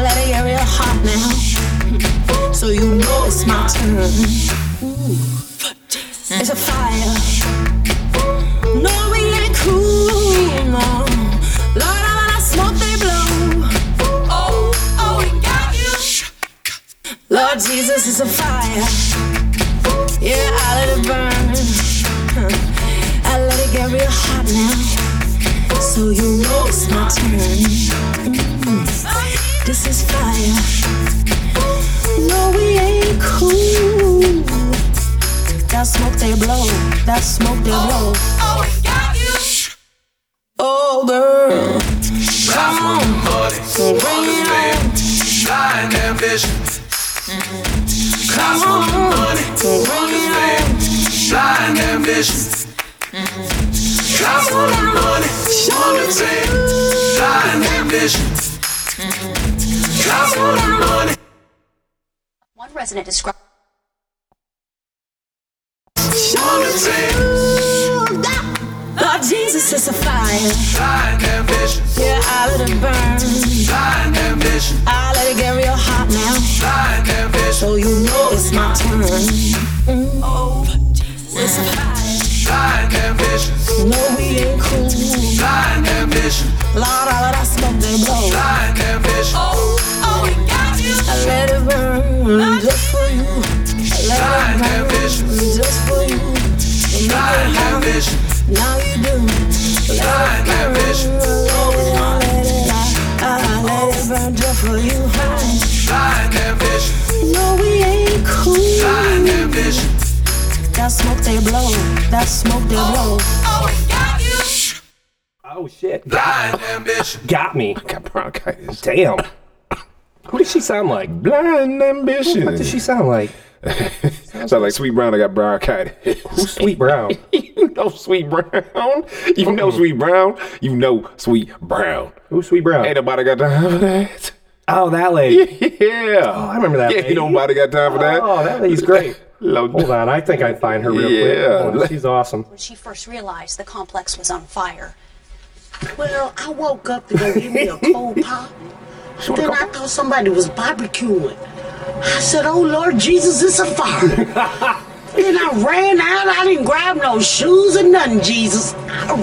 E: Let it get real hot now. So you know it's my turn. Ooh. It's a fire. No, we ain't cool, no. Lord, all of that smoke they blow.
F: Oh, oh, it got you.
E: Lord Jesus is a fire. Yeah, I let it burn. Huh. I let it get real hot now. So you know it's my turn. Mm. This is fire. No, we ain't cool. That smoke they blow. That smoke they blow.
F: Oh, it got you.
E: Oh, girl.
D: Rise from the mud, on the fame, blind ambition. Rise from the mud, on the fame, blind ambition. Mm-hmm. Rise from the mud, on the fame, blind ambition. Rise from the mud.
G: One resident described.
E: Lord Jesus is a fire.
D: Blind ambition,
E: Yeah, I let it burn.
D: blind ambition,
E: I let it get real hot now.
D: blind ambition,
E: So you know it's my turn. Mm. Oh, it's a fire.
D: blind ambition,
E: No, we ain't cool.
D: blind ambition,
E: Lord, all of that smoke they blow.
D: blind ambition.
F: Oh, oh, it got you.
E: I let it burn just for you. I
D: Blind
E: let it
D: ambition.
E: burn just for you. You know
D: Blind
E: how-
D: ambition,
E: Now you do. Let it
D: blind
E: burn.
D: ambition,
E: Oh, I let it out. I let it burn just for you.
D: blind ambition,
E: No, we ain't cool.
D: blind ambition,
E: That smoke they blow. That smoke they blow.
F: Oh, it got you.
A: Oh shit.
D: blind ambition.
A: Got me.
B: Got bronchitis.
A: Damn. Who does she sound like? What
B: Blind ambition.
A: does she sound like?
B: Sound like Sweet Brown. I got bronchitis.
A: Who's Sweet Brown?
B: you know Sweet Brown. You know
A: Uh-uh.
B: Sweet Brown. You know Sweet Brown.
A: Who's Sweet
B: Ain't
A: Brown?
B: nobody got time for that.
A: Oh, that lady.
B: Yeah. Oh,
A: I remember that
B: Yeah,
A: lady.
B: ain't nobody got time for that.
A: Oh, that lady's great.
B: Lord.
A: Hold on, I think I can find her real
B: Yeah.
A: quick. Hold on, She's awesome.
G: When she first realized the complex was on fire,
H: Well, I woke up to go give me a cold pop. Then I thought somebody was barbecuing. I said, Oh Lord Jesus, it's a fire. then I ran out. I didn't grab no shoes or nothing, Jesus. I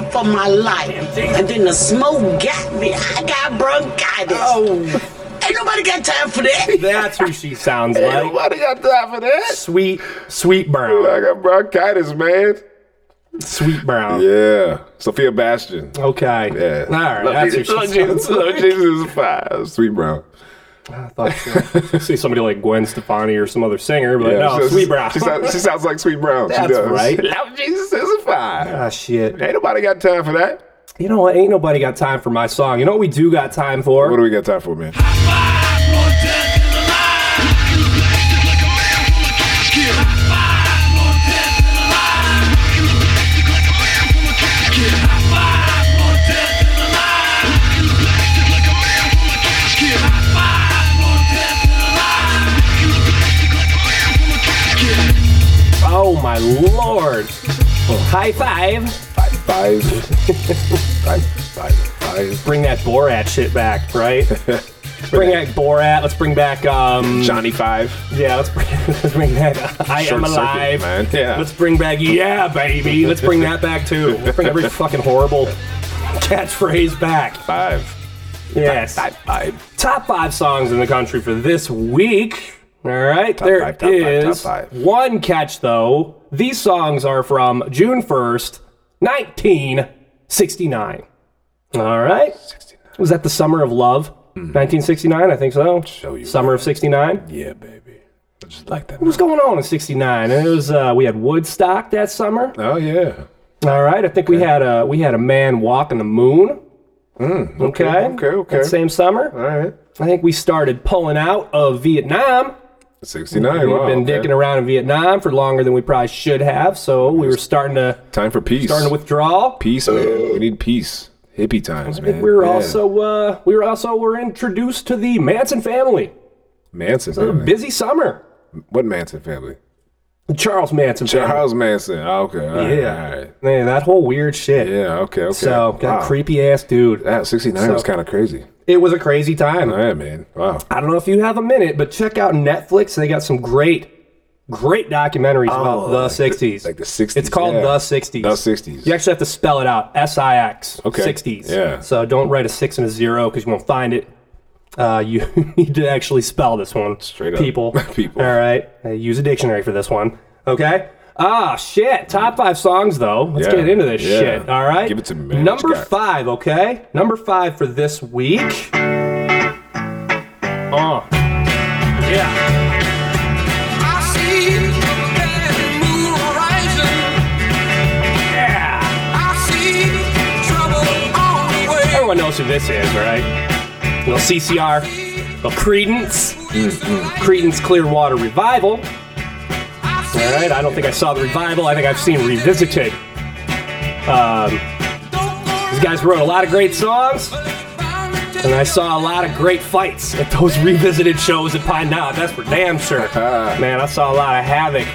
H: ran for my life. And then the smoke got me. I got bronchitis. Ain't nobody got time for that.
A: That's who she sounds
B: Ain't
A: like.
B: nobody got time for that.
A: Sweet, Sweet
B: I
A: Brown.
B: got bronchitis, man.
A: Sweet Brown.
B: Yeah. Sophia Bastion.
A: Okay.
B: Yeah.
A: All right.
B: Lord
A: that's who
B: Jesus,
A: she
B: Lord
A: sounds
B: Jesus, Lord Jesus is fire. Sweet Brown.
A: I thought so. see somebody like Gwen Stefani or some other singer, but
B: Yeah,
A: no,
B: she-
A: Sweet Brown.
B: She, sounds, she sounds like Sweet Brown. she
A: That's
B: does.
A: right.
B: Lord Jesus is fire.
A: Ah, shit.
B: Ain't nobody got time for that.
A: You know what? Ain't nobody got time for my song. You know what we do got time for?
B: What do we got time for, man?
A: Oh my lord! High five!
B: Five. five. Five. Five.
A: Bring that Borat shit back, right? Let's bring back Borat. Let's bring back um.
B: Johnny Five.
A: Yeah, let's bring, let's bring that. I
B: Short
A: am
B: circuit,
A: alive.
B: man. Yeah.
A: Let's bring back
B: E-
A: yeah, baby. Let's bring that back too. Let's bring every fucking horrible catchphrase back.
B: Five.
A: Yes.
B: Five. Five.
A: Top five songs in the country for this week. All right,
B: Top
A: there is
B: five, top five, top five.
A: one catch though. These songs are from June 1st, 1969. All right. Was that the Summer of Love? 1969, I think so.
B: Mm-hmm. Show you.
A: Summer of 69. What
B: Yeah, baby. I just like that.
A: was going on in 69? It was uh, we had Woodstock that summer.
B: Oh yeah.
A: All right, I think we had a we had a man walking the moon. okay,
B: Mm, okay, okay.
A: That same summer.
B: All right.
A: I think we started pulling out of Vietnam.
B: Sixty nine.
A: We've
B: Wow,
A: been
B: okay.
A: dicking around in Vietnam for longer than we probably should have, so we were starting to
B: Time for peace.
A: starting to withdraw.
B: peace, man. We need peace. Hippie times,
A: I think
B: man.
A: we were
B: Yeah.
A: also uh, we were also were introduced to the Manson family.
B: Manson.
A: A
B: family.
A: busy summer.
B: What Manson family?
A: The Charles Manson
B: Charles Manson. Oh, okay. All
A: family.
B: right,
A: Yeah,
B: all right.
A: man, that whole weird shit.
B: Yeah. Okay. Okay.
A: So that
B: wow.
A: creepy ass dude.
B: That sixty nine
A: So-
B: was kind of crazy.
A: It was a crazy time.
B: Yeah, man. Wow.
A: I don't know if you have a minute, but check out Netflix. They got some great, great documentaries about
B: Oh,
A: the
B: like the-
A: '60s.
B: like the 60s,
A: It's called
B: yeah.
A: the '60s.
B: The 60s.
A: You actually have to spell it out. S I X.
B: Okay,
A: '60s.
B: yeah.
A: So don't write a six and a zero because you won't find it. Uh, you need to actually spell this one.
B: Straight up.
A: People.
B: People.
A: All right. Uh, use a dictionary for this one. Okay. Ah, shit. Top five songs though. Let's
B: Yeah,
A: get into this
B: yeah.
A: shit. All right.
B: Give it to me, man. What you
A: Number
B: got?
A: five. Okay. Number five for this week.
B: Uh.
A: Oh. Yeah.
D: I see that moon horizon. I see trouble on the way.
A: Everyone knows who this is, right? Little CCR, little Credence, Credence Clearwater Revival. All right, I don't think I saw the revival. I think I've seen Revisited. Um, these guys wrote a lot of great songs, and I saw a lot of great fights at those Revisited shows at Pine Knob. That's for damn sure. Man, I saw a lot of havoc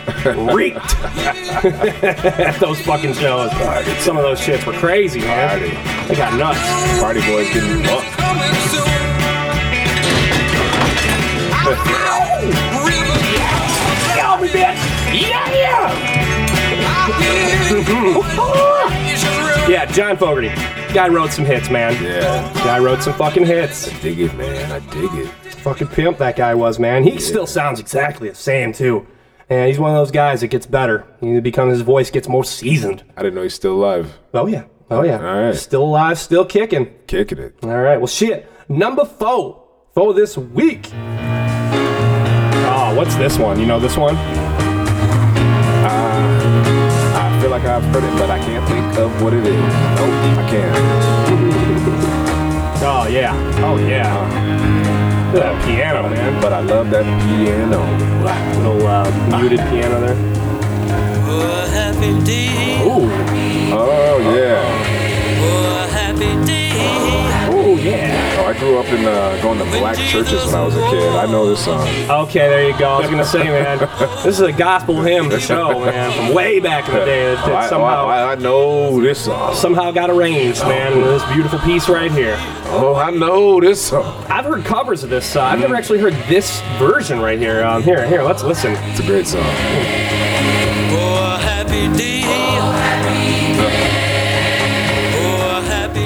A: wreaked at those fucking shows. Some of those shits were crazy, man. They got nuts.
B: Party boys getting bumped.
A: Yo, me bitch! Yeah, yeah! Yeah, John Fogerty. Guy wrote some hits, man.
B: Yeah.
A: Guy wrote some fucking hits.
B: Dig it, man. I dig it.
A: Fucking pimp that guy was, man. He still sounds exactly the same, too. And he's one of those guys that gets better. He becomes, his voice gets more seasoned.
B: I didn't know he's still alive.
A: Oh, yeah. Oh, yeah.
B: All right.
A: Still alive, still kicking.
B: Kicking it.
A: All right. Well, shit. Number four for this week. Oh, what's this one? You know this one?
B: I feel like I've heard it, but I can't think of what it is. Nope, I can't.
A: Oh, yeah. Oh, yeah. Look at that piano, man.
B: But I love that piano.
A: little uh, muted piano there. Ooh,
B: Oh yeah.
A: ooh, yeah.
B: Oh, I grew up in uh, going to black churches when I was a kid. I know this song.
A: Okay, there you go. I was gonna say, man, this is a gospel hymn show, man, from way back in the day. That,
B: Oh, I,
A: that
B: oh,
A: somehow,
B: I, I know this song.
A: somehow got arranged, man. in This beautiful piece right here.
B: Oh, I know this song.
A: I've heard covers of this. Uh, I've never actually heard this version right here. Um, here, here, let's listen.
B: It's a great song.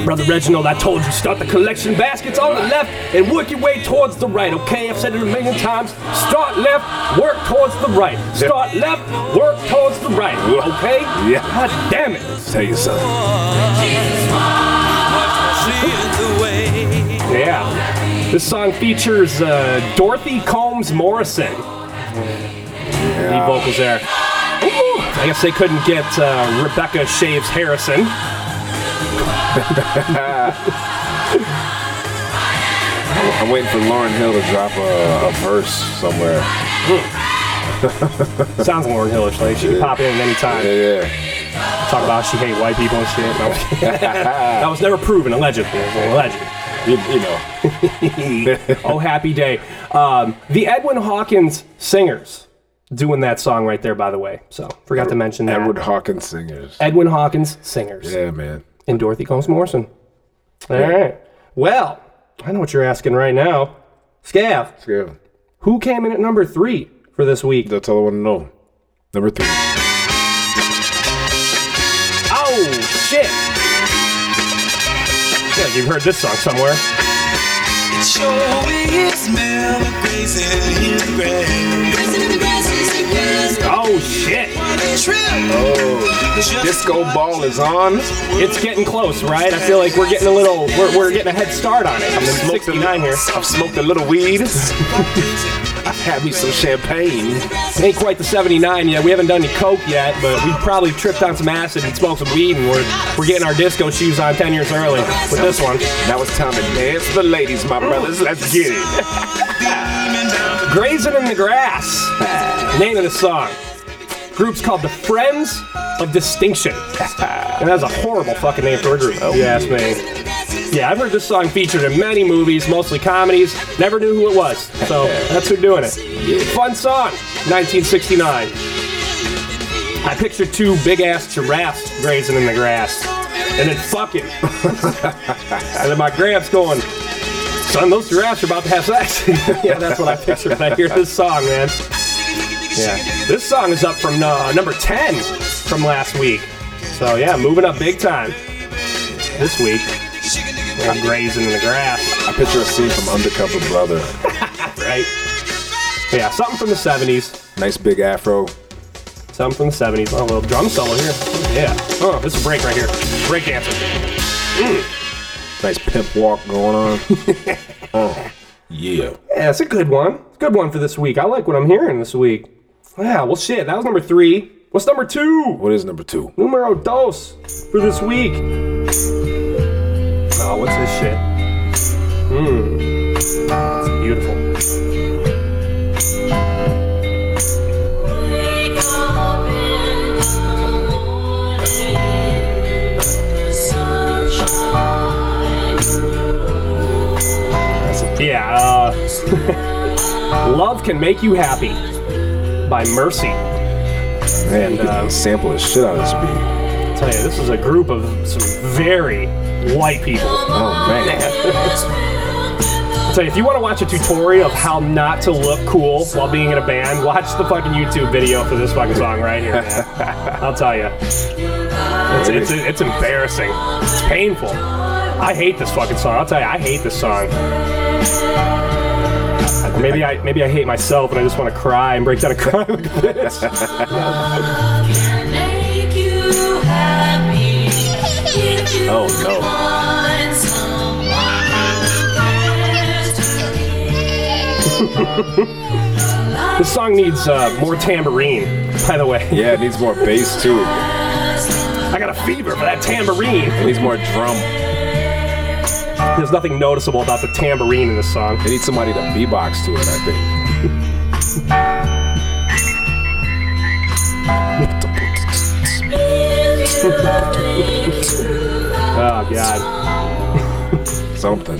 A: Brother Reginald, I told you, start the collection baskets on the left and work your way towards the right, okay? I've said it a million times. Start left, work towards the right. Start left, work towards the right, okay?
B: Yeah.
A: God damn it.
B: Tell you something.
A: Yeah. This song features uh, Dorothy Combs Morrison. Lead vocals there. Ooh. I guess they couldn't get uh, Rebecca Shaves Harrison.
B: I'm waiting for Lauren Hill to drop a, a verse somewhere.
A: Sounds Lauren Hillish, like she could pop in at any time.
B: Yeah, yeah.
A: talk about she hate white people and shit. No. that was never proven, allegedly. Allegedly.
B: You, you know.
A: oh, happy day. Um, the Edwin Hawkins singers doing that song right there, by the way. So forgot to mention that.
B: Edward Hawkins singers.
A: Edwin Hawkins singers
B: Yeah, man.
A: and Dorothy Combs Morrison. All right. Well, I know what you're asking right now, Scav.
B: Yeah.
A: Who came in at number three for this week?
B: That's all I want to know. Number three.
A: Oh shit! Yeah, you've heard this song somewhere.
D: It sure is smell of grace in his grave.
F: Grace in the grass is the grass.
A: Oh shit!
D: What a trip.
B: Oh,
D: Just
B: disco ball is on.
A: It's getting close, right? I feel like we're getting a little, we're, we're getting a head start on it. I'm
B: Smoked a-
A: 69 here.
B: I've smoked a little weed. I've had me some champagne.
A: Ain't quite the 79 yet. We haven't done any coke yet, but we probably tripped on some acid and smoked some weed, and we're we're getting our disco shoes on 10 years early with this one.
B: Now it's time to dance for the ladies, my brothers. Let's get it.
A: Grazing in the grass. Name of the song. Group's called the Friends of Distinction, and that's a horrible fucking name for a group. if you ask me. Yeah, I've heard this song featured in many movies, mostly comedies. Never knew who it was, so that's who doing it. Fun song, 1969. I picture two big ass giraffes grazing in the grass, and then fucking. and then my gramps going, son, those giraffes are about to have sex. yeah, that's what I picture when I hear this song, man. Yeah, this song is up from uh, number 10 from last week. So yeah, moving up big time this week. I'm grazing in the grass,
B: I picture a scene from Undercover Brother.
A: right? Yeah, something from the 70s.
B: Nice big afro.
A: Something from the 70s. Oh, a little drum solo here. Yeah. Oh, this is a break right here. Break dancing.
B: Nice pimp walk going on. oh, yeah.
A: Yeah, it's a good one. It's a good one for this week. I like what I'm hearing this week. Yeah, well, shit, that was number three. What's number two?
B: What is number two?
A: Numero dos for this week. Oh, what's this shit? Mmm. It's beautiful.
F: Wake up in the morning. The sun shines.
A: Yeah, uh, Love Can Make You Happy by Mercy.
B: Man,
A: And,
B: you
A: uh,
B: could sample the shit out of this beat.
A: I tell you, this is a group of some very white people.
B: Oh, man.
A: So if you want to watch a tutorial of how not to look cool while being in a band, watch the fucking YouTube video for this fucking song right here. Man. I'll tell you, it's, it's it's embarrassing. It's painful. I hate this fucking song. I'll tell you, I hate this song. Maybe I maybe I hate myself and I just want to cry and break down and cry like this.
F: Make you happy. If you
B: Oh, no.
F: want someone
A: This song needs uh, more tambourine. By the way,
B: Yeah, it needs more bass, too. It
A: I got a fever for that tambourine.
B: needs more drum.
A: There's nothing noticeable about the tambourine in this song.
B: It needs somebody to beatbox to it, I think.
A: Oh god.
B: Something.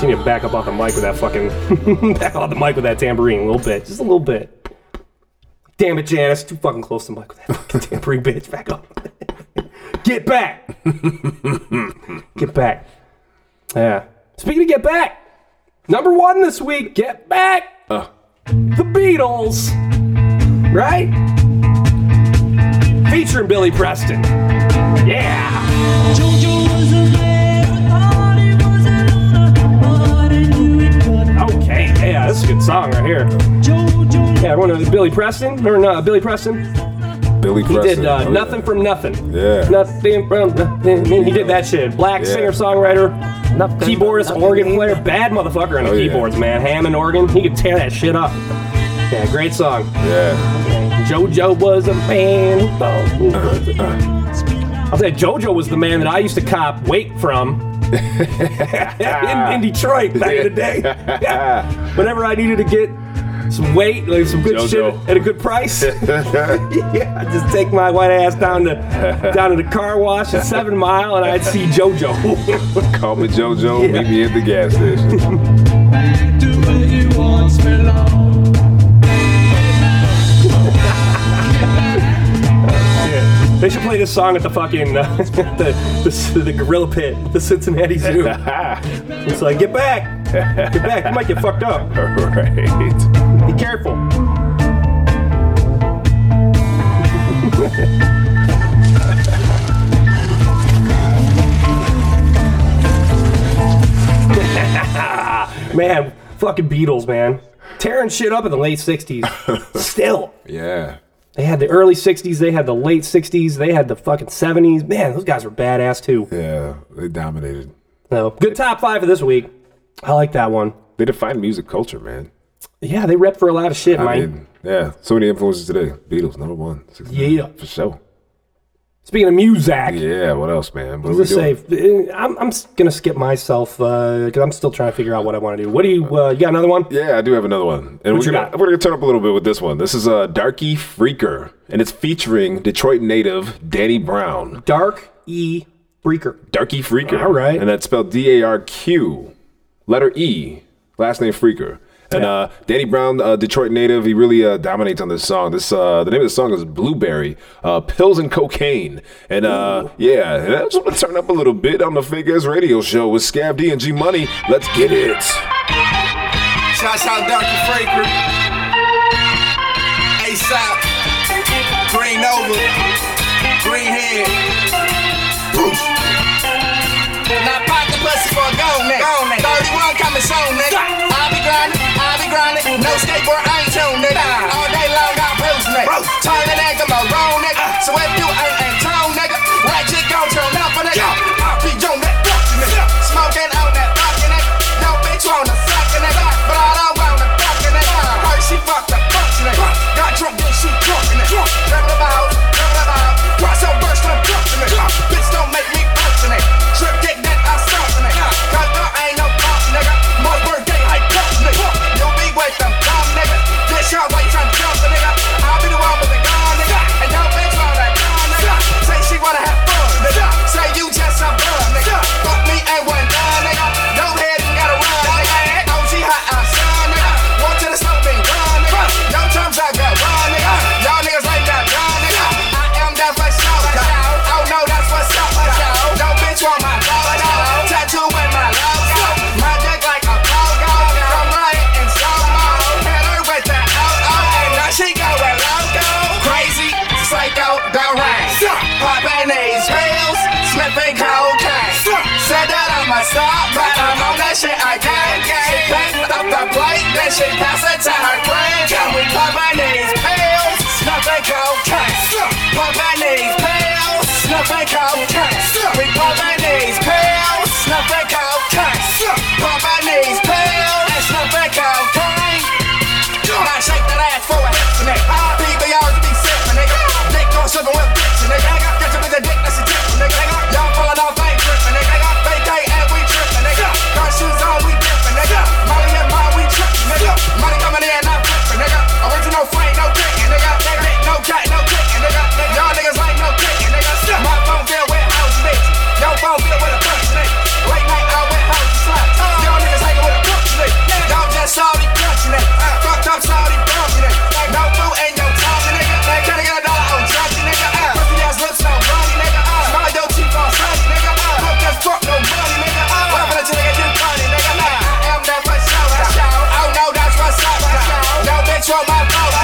A: She need to back up off the mic with that fucking back off the mic with that tambourine a little bit. Just a little bit. Damn it, Janice. Too fucking close to the mic with that fucking tambourine bitch. Back up. get back. get back. Yeah. Speaking of get back, number one this week, get back!
B: Uh,
A: the Beatles, right? Featuring Billy Preston. Yeah. Okay. Yeah, this is a good song right here. Yeah, everyone knows Billy Preston or no, Billy Preston.
B: Billy
A: He
B: Preston.
A: did uh,
B: Oh, yeah.
A: nothing from nothing.
B: Yeah.
A: Nothing from nothing. He did that shit. Black
B: Yeah.
A: singer songwriter, keyboardist,
H: nothing
A: organ
H: either.
A: player, bad motherfucker on the
B: Oh, yeah.
A: keyboards, man. Hammond organ, he could tear that shit up. Yeah, great song.
B: Yeah.
A: JoJo was a man. who thought-
B: Uh, uh,
A: I'll tell you, JoJo was the man that I used to cop weight from in, in Detroit back in the day. Whenever I needed to get some weight, like some good
B: JoJo.
A: shit at a good price, yeah, I'd just take my white ass down to down to the car wash at Seven Mile, and I'd see JoJo.
B: Call me JoJo, meet me at the gas station.
A: Yeah. They should play this song at the fucking uh, the, the the gorilla pit, the Cincinnati Zoo. it's like get back, get back, you might get fucked up.
B: All right.
A: Be careful. Man, fucking Beatles, man. Tearing shit up in the late 60s. Still.
B: Yeah.
A: They had the early 60s, they had the late 60s, they had the fucking 70s. Man, those guys were badass too.
B: Yeah. They dominated.
A: So, good top five for this week. I like that one.
B: They defined music culture, man.
A: Yeah, they rep for a lot of shit,
B: I
A: Mike.
B: mean, yeah. So many influences today. Beatles, number one. 69,
A: Yeah.
B: For sure.
A: Speaking of music,
B: Yeah. What else, man? What are we
A: Let's
B: doing?
A: just say, Uh, I'm, I'm s- gonna skip myself because I'm still trying to figure out what I want to do. What do you? Uh, you got another one?
B: Yeah, I do have another one. And
A: What
B: we're
A: you
B: gonna,
A: got?
B: we're gonna turn up a little bit with this one. This is uh, Darky Freaker, and it's featuring Detroit native Danny Brown.
A: Dark E. Breaker.
B: Darky Freaker.
A: All right.
B: And that's spelled D A R Q, letter E, last name Freaker. And uh, Danny Brown, uh, Detroit native, he really uh, dominates on this song. This uh, the name of the song is Blueberry, uh, pills and cocaine, and uh, yeah, and I just want to turn up a little bit on the Fake Ass Radio Show with Scab D and G Money. Let's get it.
D: Shouts out Dr. Fraker. ASAP. Green Nova. Green Head. Bruce. Now pop the pussy for a go next. 31 coming soon, nigga. I be grinding, I be grinding. No skateboard, I ain't tuned, nigga. All day long, I'm Bruce, nigga. Turn that ass on my wrong, nigga. So if you ain't ain't tone, nigga, right chick gon' turn up a nigga. I be on that fucking nigga. Smoking on that fucking nigga. No bitch wanna fucking nigga. But I don't wanna fucking nigga. First she fucked the fucking nigga. Got drunk, then she fucking nigga. Dribble about, dribble about. Cross her burst, I'm fucking nigga. Bitch, don't make me fucking nigga. Trip dick that I suck, nigga. Cause there ain't no fuck, nigga. More birthday, I fuck, nigga. You be with them dumb niggas. This your way, trying to jump, nigga. I be the one with the gun, nigga. And no bitch wanna come, nigga. Say she wanna have fun, nigga. Say you just a bum, nigga. Fuck me and one done, nigga. No head, you gotta run, nigga. OG hot, I'm son, nigga. Walk to the slope and run, nigga. No terms, I got run, nigga. Y'all niggas like that gun, nigga. I am that for sure, nigga. Oh no, that's what's up, nigga. No bitch want my logo. Tattoo with my logo. My dick like a pogo. From right and slow-mo. Hit her with the oh-oh. And now she going loco. Crazy, psycho, downright. Poppin' these pills, sniffing cocaine. Said that I'm a star, but I'm on that shit again. She picked up the plate, then she passed it to her friend. Can we poppin' these pills, sniffing cocaine? Poppin' these pills, sniffing cocaine. We poppin' these pills, sniffing cocaine. Poppin' these pills, and sniffing cocaine. Now shake that ass for a hit, nigga. I be the yards be sippin', nigga. Dick gon' sugar with bitch, nigga. Got your bitch a dick, that's a tip, nigga. Y'all fallin' off, ain't trippin', nigga. Vacay and we trippin', nigga. Got shoes on, we dippin', nigga. Molly and mine, we trippin', nigga. Money comin' in, I'm flippin', nigga. Original frame, no kickin', nigga. Nigga, no cat, no kickin', nigga. Y'all niggas ain't no kickin', nigga. My phone filled with house bitches. Your phone filled with a bunch, nigga. Late night, I went house to slap. Y'all niggas hangin' with a bunch, nigga. Y'all just salty crunching it. Uh, fucked up salty bumping it. Like no food ain't no talking, nigga. Like, can I get a dollar on Johnson, nigga? Uh, pussy ass lips no bunny, nigga. Uh, smile your teeth on Sunday, nigga. Uh, don't just fuck no money, nigga. Uh, rapping until they get you funny, nigga. Uh, I am that for sure. Oh no, that's what's up. No bitch on my phone.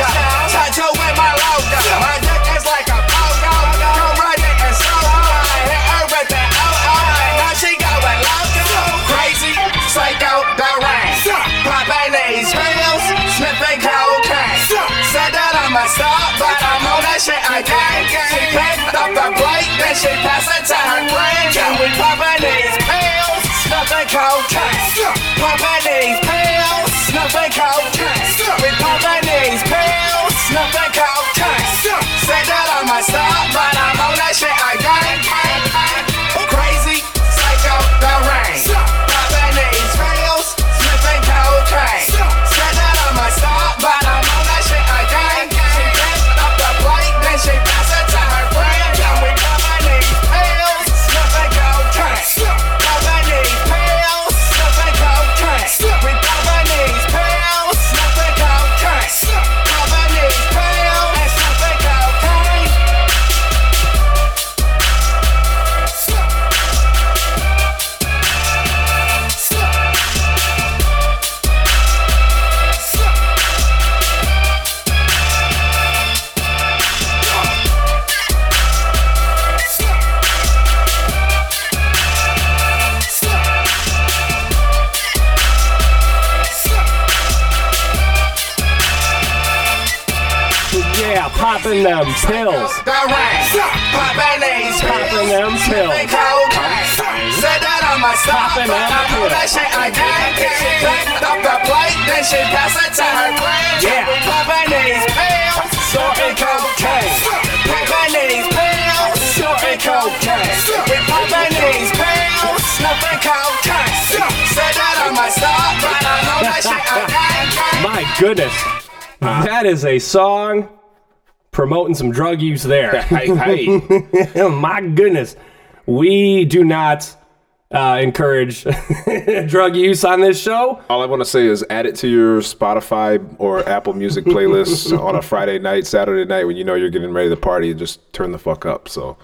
D: Tattoo with my logo. My dick is like a pogo. Come right in and slow. I hit her with that oh oh. Now she going loco. Crazy, psycho, the rain. Popping these pills, sniffing cocaine. Said that I'm a star, but I'm on that shit again. She picked up the plate, then she passed it to her friend. Can we popping these pills, sniffing cocaine? Popping these pills, sniffing cocaine. We popping these pills, sniffing cocaine. Said that I'm a star, but I'm on that shit again. Crazy, psycho, the rain. Popping these pills, sniffing cocaine. Said that I'm a star, but I'm on that shit again. She picked up the plate, then she passed it to her friend. Now we popping these pills,
A: popping them pills.
D: That right. Pop mayonnaise.
A: Popping them
D: Champagne
A: pills.
D: cold case. Said that on my stop.
A: Popping them
D: I pull that
A: pills.
D: shit again. Then she picked up the plate. Then she passed it to her friend.
A: Yeah.
D: Pop mayonnaise pills. Snorting cocaine. Pop mayonnaise pills. Snorting cocaine. We pop mayonnaise pills. Snorting cocaine. Said that on my stop. I know that shit again.
A: My goodness. That is a song promoting some drug use there.
B: Hey, hey.
A: My goodness. We do not uh, encourage drug use on this show.
B: All I want to say is add it to your Spotify or Apple Music playlist on a Friday night, Saturday night when you know you're getting ready to party. Just turn the fuck up. So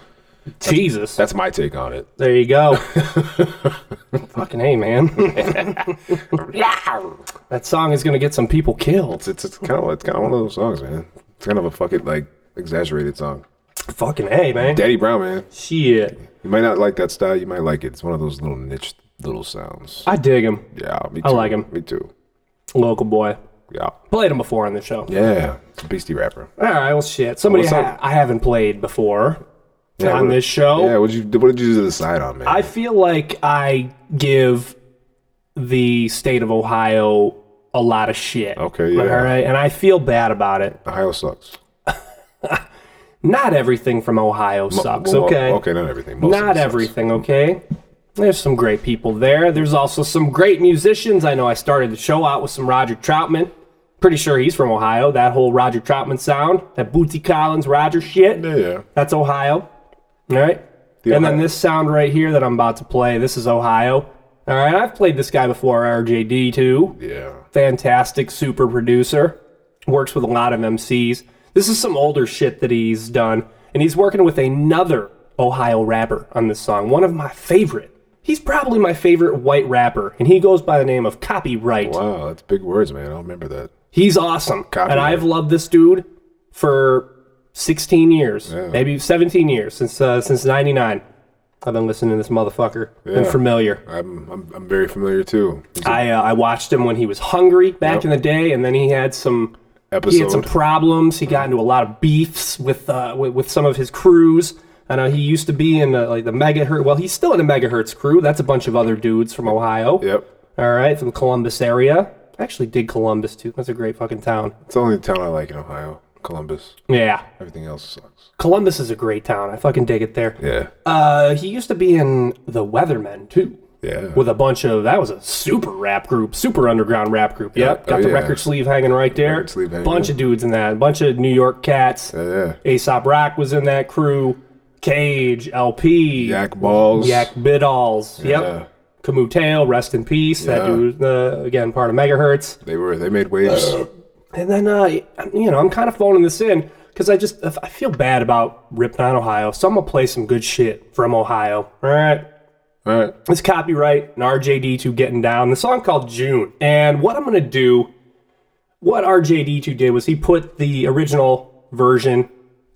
A: Jesus.
B: that's my take on it.
A: There you go. Fucking hey, man. that song is going to get some people killed.
B: It's it's, it's kind of it's kind of one of those songs, man. It's kind of a fucking like exaggerated song.
A: Fucking hey, man.
B: Daddy Brown, man.
A: Shit.
B: You might not like that style. You might like it. It's one of those little niche little sounds.
A: I dig him.
B: Yeah, me too.
A: I like 'em.
B: Me too.
A: Local boy.
B: Yeah.
A: Played him before on the show.
B: Yeah. It's a beastie rapper.
A: All right, well, shit. Somebody
B: What's
A: ha-
B: up?
A: I haven't played before
B: Yeah,
A: on
B: what-
A: this show.
B: Yeah, what you what did you decide on, man?
A: Oh. I feel like I give the state of Ohio a lot of shit.
B: Okay, yeah.
A: All right, and I feel bad about it.
B: Ohio sucks.
A: Not everything from Ohio sucks,
B: Well,
A: okay?
B: Okay, not everything. Most of it
A: Not
B: sucks.
A: everything, okay? There's some great people there. There's also some great musicians. I know I started the show out with some Roger Troutman. Pretty sure he's from Ohio. That whole Roger Troutman sound, that Bootsy Collins, Roger shit.
B: Yeah, yeah.
A: That's Ohio. All right.
B: The
A: and then
B: Ohio-
A: this sound right here that I'm about to play, this is Ohio. All right. I've played this guy before, RJD, too.
B: Yeah.
A: Fantastic, super producer. Works with a lot of MCs. This is some older shit that he's done. And he's working with another Ohio rapper on this song, one of my favorite. He's probably my favorite white rapper, and he goes by the name of Copyright.
B: Wow, that's big words, man. I don't remember that.
A: He's awesome.
B: Copyright.
A: And I've loved this dude for 16 years, maybe 17 years since uh, since 99. I've been listening to this motherfucker. Been
B: Yeah.
A: familiar.
B: I'm I'm, I'm very familiar too. There's an
A: I uh, I watched him when he was hungry back
B: Yep.
A: in the day and then he had some
B: episode.
A: he had some problems. He got into a lot of beefs with uh, with, with some of his crews. I know he used to be in the, like the megahertz. Well, he's still in the megahertz crew. That's a bunch of other dudes from Ohio.
B: yep.
A: All right, from the Columbus area. I actually dig Columbus too. That's a great fucking town.
B: It's the only town I like in Ohio. Columbus.
A: Yeah,
B: Everything else sucks.
A: Columbus is a great town. I fucking dig it there.
B: Yeah.
A: Uh, he used to be in the Weathermen too,
B: yeah.
A: with a bunch of that was a super rap group, super underground rap group. Yep,
B: Yep.
A: got
B: Oh,
A: the
B: yeah.
A: record sleeve hanging right there.
B: Record sleeve hanging,
A: bunch
B: yeah.
A: of dudes in that, a bunch of New York cats.
B: yeah.
A: Aesop Rock was in that crew. Cage, LP,
B: Yak balls.
A: Yak Bidalls.
B: Yeah.
A: Yep, Camu Tail, rest in peace. That
B: Yeah.
A: dude, uh, again, part of Megahertz.
B: They were. They made waves.
A: And then, uh, you know, I'm kind of phoning this in because I just I feel bad about ripping on Ohio. So I'm gonna play some good shit from Ohio. All right,
B: All right.
A: it's copyright and RJD2 getting down. The song called June. And what I'm gonna do, what RJD2 did was he put the original version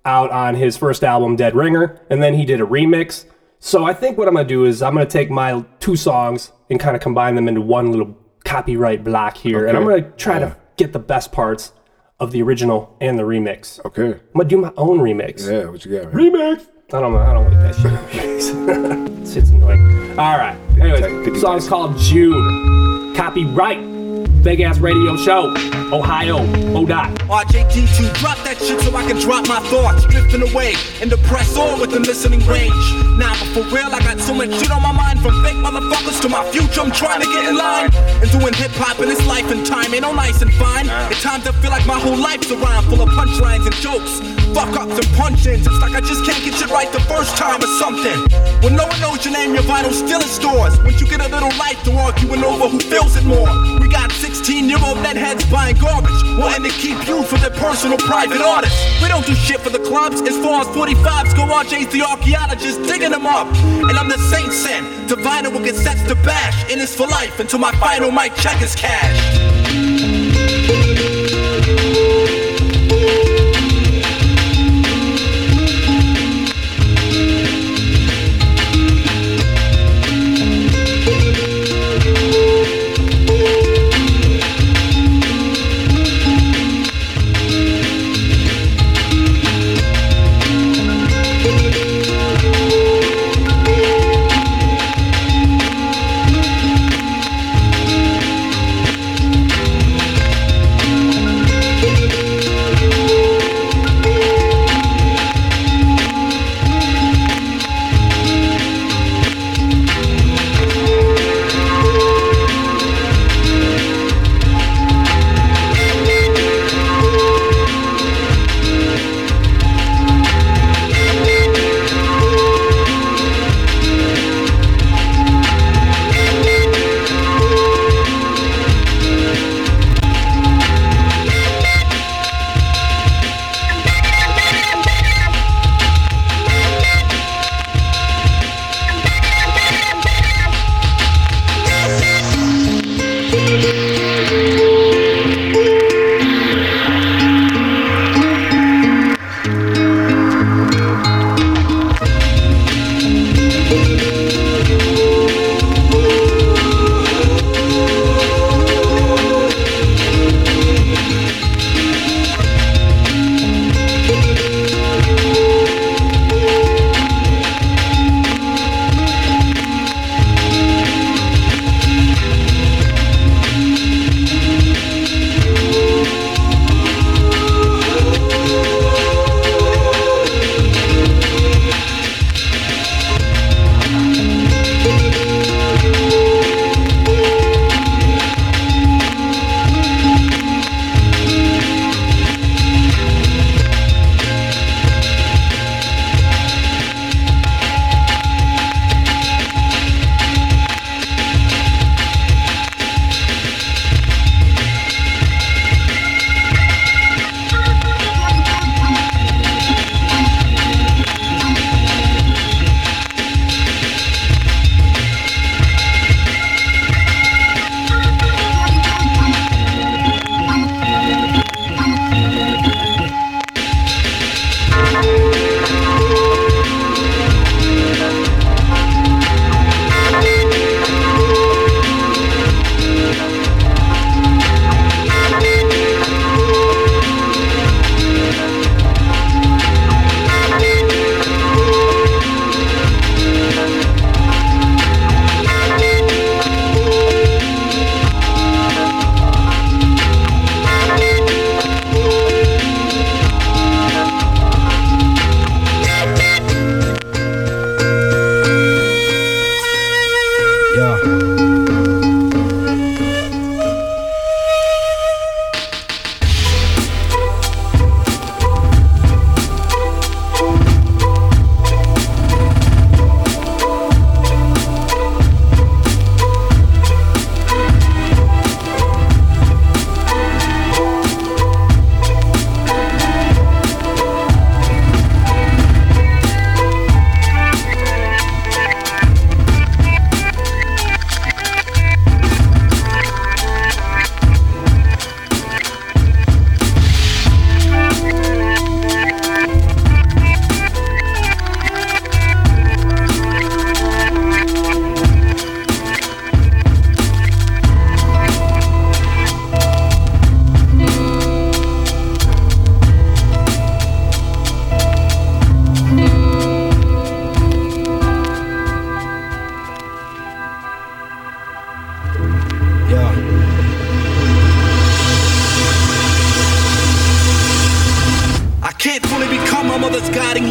A: out on his first album, Dead Ringer, and then he did a remix. So I think what I'm gonna do is I'm gonna take my two songs and kind of combine them into one little copyright block here, and I'm
B: Okay.
A: gonna try
B: Yeah.
A: to get the best parts of the original and the remix.
B: Okay.
A: I'm gonna do my own remix.
B: Yeah. What you got, man?
A: Remix. I don't know. I don't like that shit. Shit's annoying. All right. Anyways,
B: Fifty
A: song's
B: times.
A: called June. Copyright. Big ass radio show. Ohio. ODOT.
D: RJD2, drop that shit so I can drop my thoughts. Drifting away and the press on with the listening range. Nah, but for real, I got so much shit on my mind. From fake motherfuckers to my future, I'm trying to get in line. And doing hip hop in this life and time ain't no nice and fine. At times I feel like my whole life's a rhyme full of punchlines and jokes. Fuck ups and punch ins. It's like I just can't get shit right the first time or something. When no one knows your name, your vinyl still in stores. Once you get a little life to arguing over who feels it more. We got 16 year old netheads buying garbage, wanting to keep you for their personal private artists. We don't do shit for the clubs, as far as 45s go, RJ's the archaeologist digging them up. And I'm the saint sent, to vinyl will get sets to bash, and it's for life until my final mic check is cash.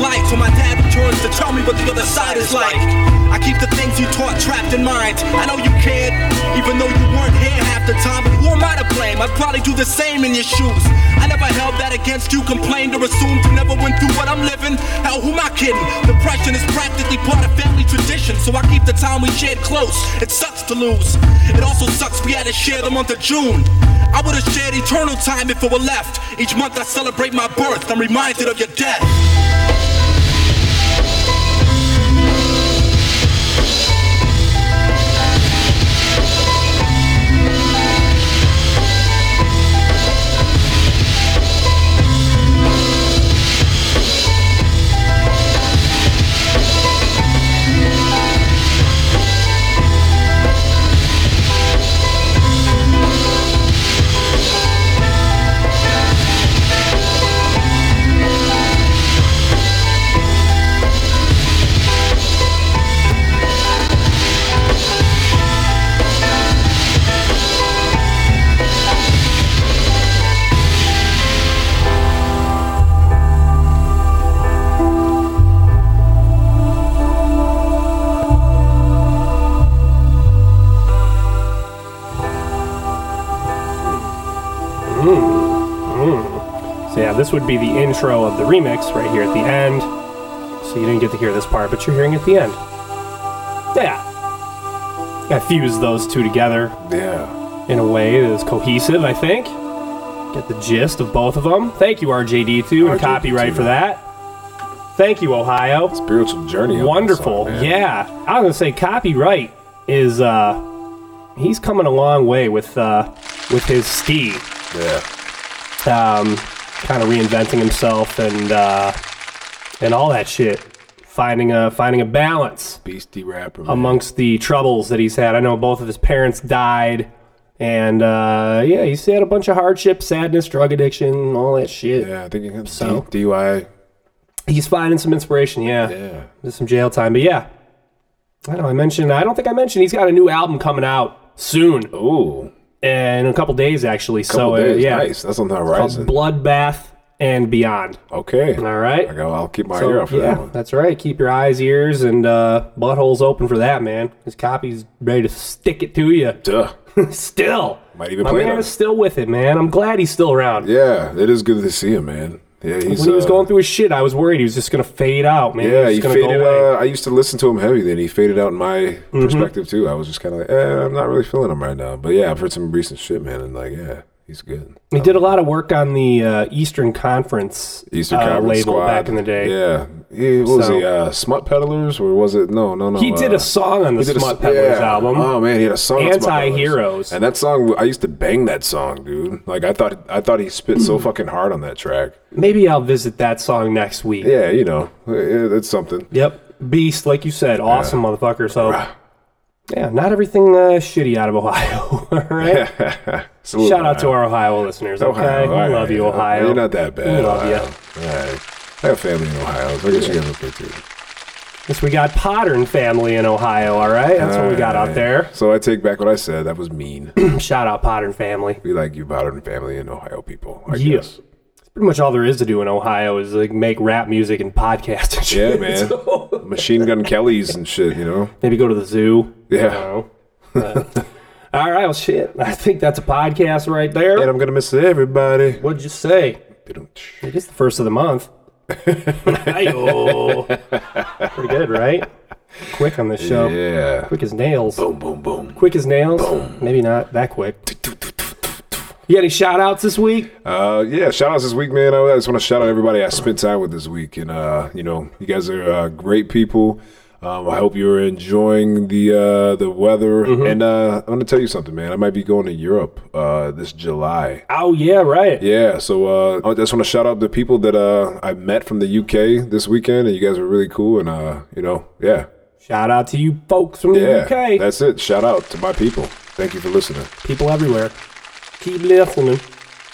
I: life for my dad returns to tell me what the other side is like. I keep the things you taught trapped in mind. I know you cared, even though you weren't here half the time. But who am I to blame? I'd probably do the same in your shoes. I never held that against you, complained or assumed you never went through what I'm living. Hell, who am I kidding? Depression is practically part of family tradition, so I keep the time we shared close. It sucks to lose. It also sucks we had to share the month of June. I would have shared eternal time if it were left. Each month I celebrate my birth, I'm reminded of your death.
A: So yeah, this would be the intro of the remix right here at the end. So you didn't get to hear this part, but you're hearing at the end. Yeah. I fused those two together
B: Yeah.
A: in a way that is cohesive, I think. Get the gist of both of them. Thank you, RJD2, and
B: RJD2.
A: copyright for that. Thank you, Ohio.
B: Spiritual journey. on this
A: Wonderful.
B: song, man.
A: yeah. I was gonna say copyright is uh he's coming a long way with uh with his ski
B: Yeah.
A: um, kind of reinventing himself and uh, and all that shit, finding a finding a balance
B: Beastie rapper. man.
A: amongst the troubles that he's had. I know both of his parents died, and uh, yeah, he's had a bunch of hardships, sadness, drug addiction, all that shit.
B: Yeah, I think it's
A: So-
B: so. DUI.
A: He's finding some inspiration. Yeah,
B: Yeah.
A: there's some jail time, but yeah, I know. I mentioned. I don't think I mentioned he's got a new album coming out soon
B: Ooh.
A: in a couple days actually. so
B: Couple
A: uh,
B: days.
A: yeah,
B: Nice. That's on the
A: called
B: horizon.
A: Bloodbath and Beyond.
B: okay.
A: All right.
B: I go, I'll keep my
A: So,
B: ear out for
A: yeah,
B: that one.
A: that's right. Keep your eyes, ears, and uh, buttholes open for that, man. His copy's ready to stick it to you.
B: Duh.
A: still,
B: Might even
A: my
B: play it
A: man
B: on
A: is
B: it.
A: still with it, man. I'm glad he's still around.
B: Yeah, it is good to see him, man. Yeah, he's.
A: when he was
B: uh,
A: going through his shit, I was worried he was just gonna fade out, man.
B: Yeah,
A: was
B: he
A: just gonna
B: faded.
A: go away. Mm-hmm.
B: Uh, I used to listen to him heavy, then he faded out in my perspective too. I was just kind of like, eh, I'm not really feeling him right now. But yeah, I've heard some recent shit, man, and like, yeah, he's good.
A: he did a lot of work on the uh, Eastern Conference,
B: Eastern
A: uh,
B: Conference
A: label
B: squad.
A: back in the day.
B: Yeah, he, what was
A: So-
B: he? Uh, Smut Peddlers, or was it? No, no, no.
A: He did
B: uh,
A: a song on the
B: he did a
A: Smut
B: s-
A: Peddlers
B: yeah.
A: album.
B: Oh man, he had a song. on Smut Peddlers.
A: Anti-Heroes.
B: and that song, I used to bang that song, dude. Like I thought, I thought he spit so fucking hard on that track.
A: Maybe I'll visit that song next week.
B: Yeah, you know, yeah, it's something.
A: Yep. Beast, like you said, awesome motherfucker. So, yeah, not everything uh, shitty out of Ohio. All right.
B: Salute,
A: Shout out to
B: Ohio.
A: our Ohio listeners.
B: Ohio,
A: okay.
B: all
A: We love you,
B: right.
A: Ohio.
B: You're not that bad.
A: We love
B: Ohio.
A: you.
B: All right. I have family in Ohio, so I guess you guys okay too.
A: Yes, we got Pottern family in Ohio. All right. That's what we got out
B: Alright.
A: there.
B: So I take back what I said. That was mean.
A: Shout out Pottern family.
B: we like you, Bowden family, and Ohio people. I
A: Yeah.
B: guess.
A: It's pretty much all there is to do in Ohio is like make rap music and podcast and shit.
B: Yeah, man. Machine Gun Kellys and shit, you know?
A: Maybe go to the zoo. I
B: Yeah.
A: don't know. But- all right. Well, shit. I think that's a podcast right there.
B: And I'm going to miss everybody.
A: What'd you say?
B: Ba-dum-tsh.
A: It is the first of the month. Ayo. Pretty good, right? Quick on this show.
B: Yeah.
A: Quick as nails.
B: Boom, boom, boom.
A: Quick as nails. Maybe not that quick. You got any shout outs this week?
B: Uh, yeah, shout outs this week, man. I just want to shout out everybody I spent time with this week. And, uh, you know, you guys are uh, great people. Um, I hope you're enjoying the uh, the weather.
A: Mm-hmm.
B: And uh, I'm going to tell you something, man. I might be going to Europe uh, this July.
A: Oh, yeah, right.
B: Yeah, so uh, I just want to shout out the people that uh, I met from the UK this weekend. And you guys were really cool. And, uh, you know, yeah.
A: Shout out to you folks from the
B: Yeah.
A: UK.
B: That's it. Shout out to my people. Thank you for listening.
A: People everywhere. Keep listening.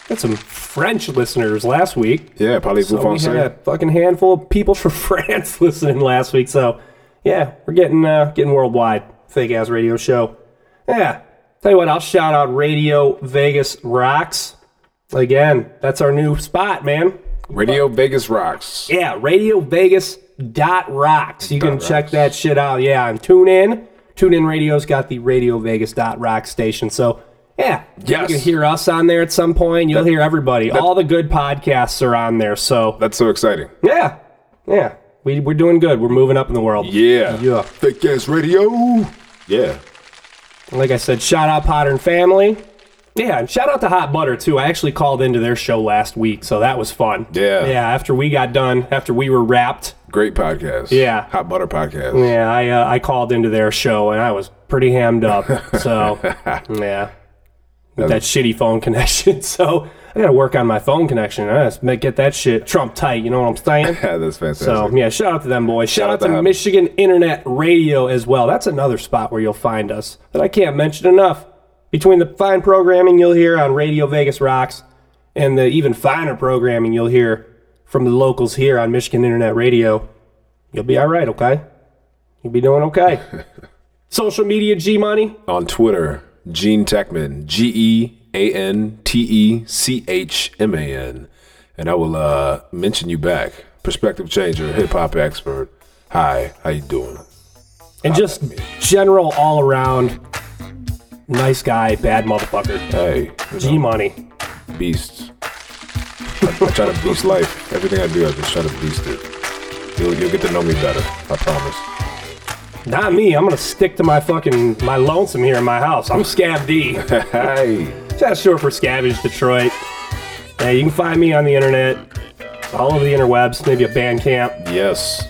A: Got some French listeners last week.
B: Yeah, probably
A: So we had a fucking handful of people from France listening last week. So yeah, we're getting uh, getting worldwide fake ass radio show. Yeah, tell you what, I'll shout out Radio Vegas Rocks again. That's our new spot, man.
B: Radio Vegas Rocks.
A: Yeah, radiovegas.rocks. You can
B: Dot
A: check
B: rocks.
A: that shit out. Yeah, and tune in. Tune in radio's got the Radio Vegas dot rock station. So yeah.
B: Yes.
A: You can hear us on there at some point. You'll hear everybody. All the good podcasts are on there. So
B: That's so exciting.
A: yeah. Yeah. We, we're doing good. We're moving up in the world.
B: Yeah.
A: Yeah.
B: Fake ass radio. Yeah.
A: Like I said, shout out Potter and Family. Yeah, and shout out to Hot Butter too. I actually called into their show last week, so that was fun.
B: Yeah.
A: Yeah, after we got done, after we were wrapped,
B: Great podcast.
A: Yeah.
B: Hot butter podcast.
A: Yeah, I uh, I called into their show and I was pretty hammed up. So yeah, with that shitty phone connection. So I got to work on my phone connection. I just make- get that shit Trump tight. You know what I'm saying?
B: Yeah, that's fantastic.
A: So yeah, shout out to them boys. Shout,
B: Shout
A: out,
B: out to
A: to
B: them.
A: Michigan Internet Radio as well. That's another spot where you'll find us that I can't mention enough. Between the fine programming you'll hear on Radio Vegas Rocks and the even finer programming you'll hear from the locals here on Michigan Internet Radio, you'll be all right, okay? You'll be doing okay. Social media, G Money.
B: On Twitter, Gene Techman, G E A N T E C H M A N. And I will uh, mention you back. Perspective changer, hip hop expert. Hi, how you doing?
A: and just general all around nice guy, bad motherfucker.
B: Hey,
A: G Money.
B: beast. I, I try to beast life. Everything I do, I just try to beast it. You'll, you'll get to know me better. I promise.
A: Not me. I'm gonna stick to my fucking my lonesome here in my house. I'm Scab D.
B: hey.
A: That's short for Scavenge Detroit. Yeah, you can find me on the internet, all over the interwebs, maybe a Bandcamp.
B: Yes.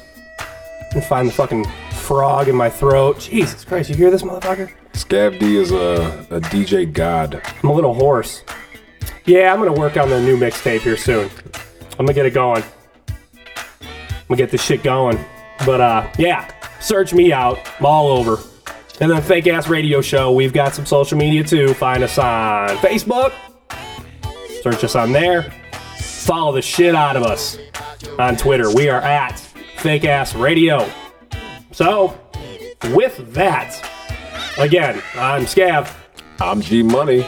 A: You can find the fucking frog in my throat. Jesus Christ, you hear this motherfucker?
B: Scab D is a, a DJ god.
A: I'm a little hoarse. Yeah, I'm gonna work on the new mixtape here soon. I'm gonna get it going. I'm gonna get this shit going. But uh, yeah, search me out. I'm all over. And then Fake Ass Radio Show. We've got some social media too. Find us on Facebook. Search us on there. Follow the shit out of us on Twitter. We are at Fake Ass Radio. So, with that, again, I'm Scav.
B: I'm G Money.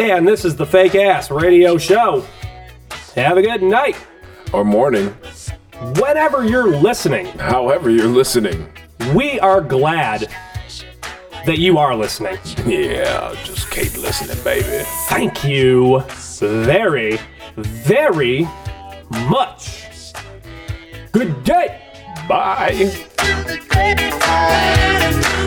A: And this is the Fake Ass Radio Show. Have a good night.
B: Or morning,
A: Whenever you're listening,
B: however you're listening.
A: we are glad that you are listening.
B: Yeah, just keep listening, baby.
A: Thank you very, very much. Good day.
B: Bye.
C: Bye.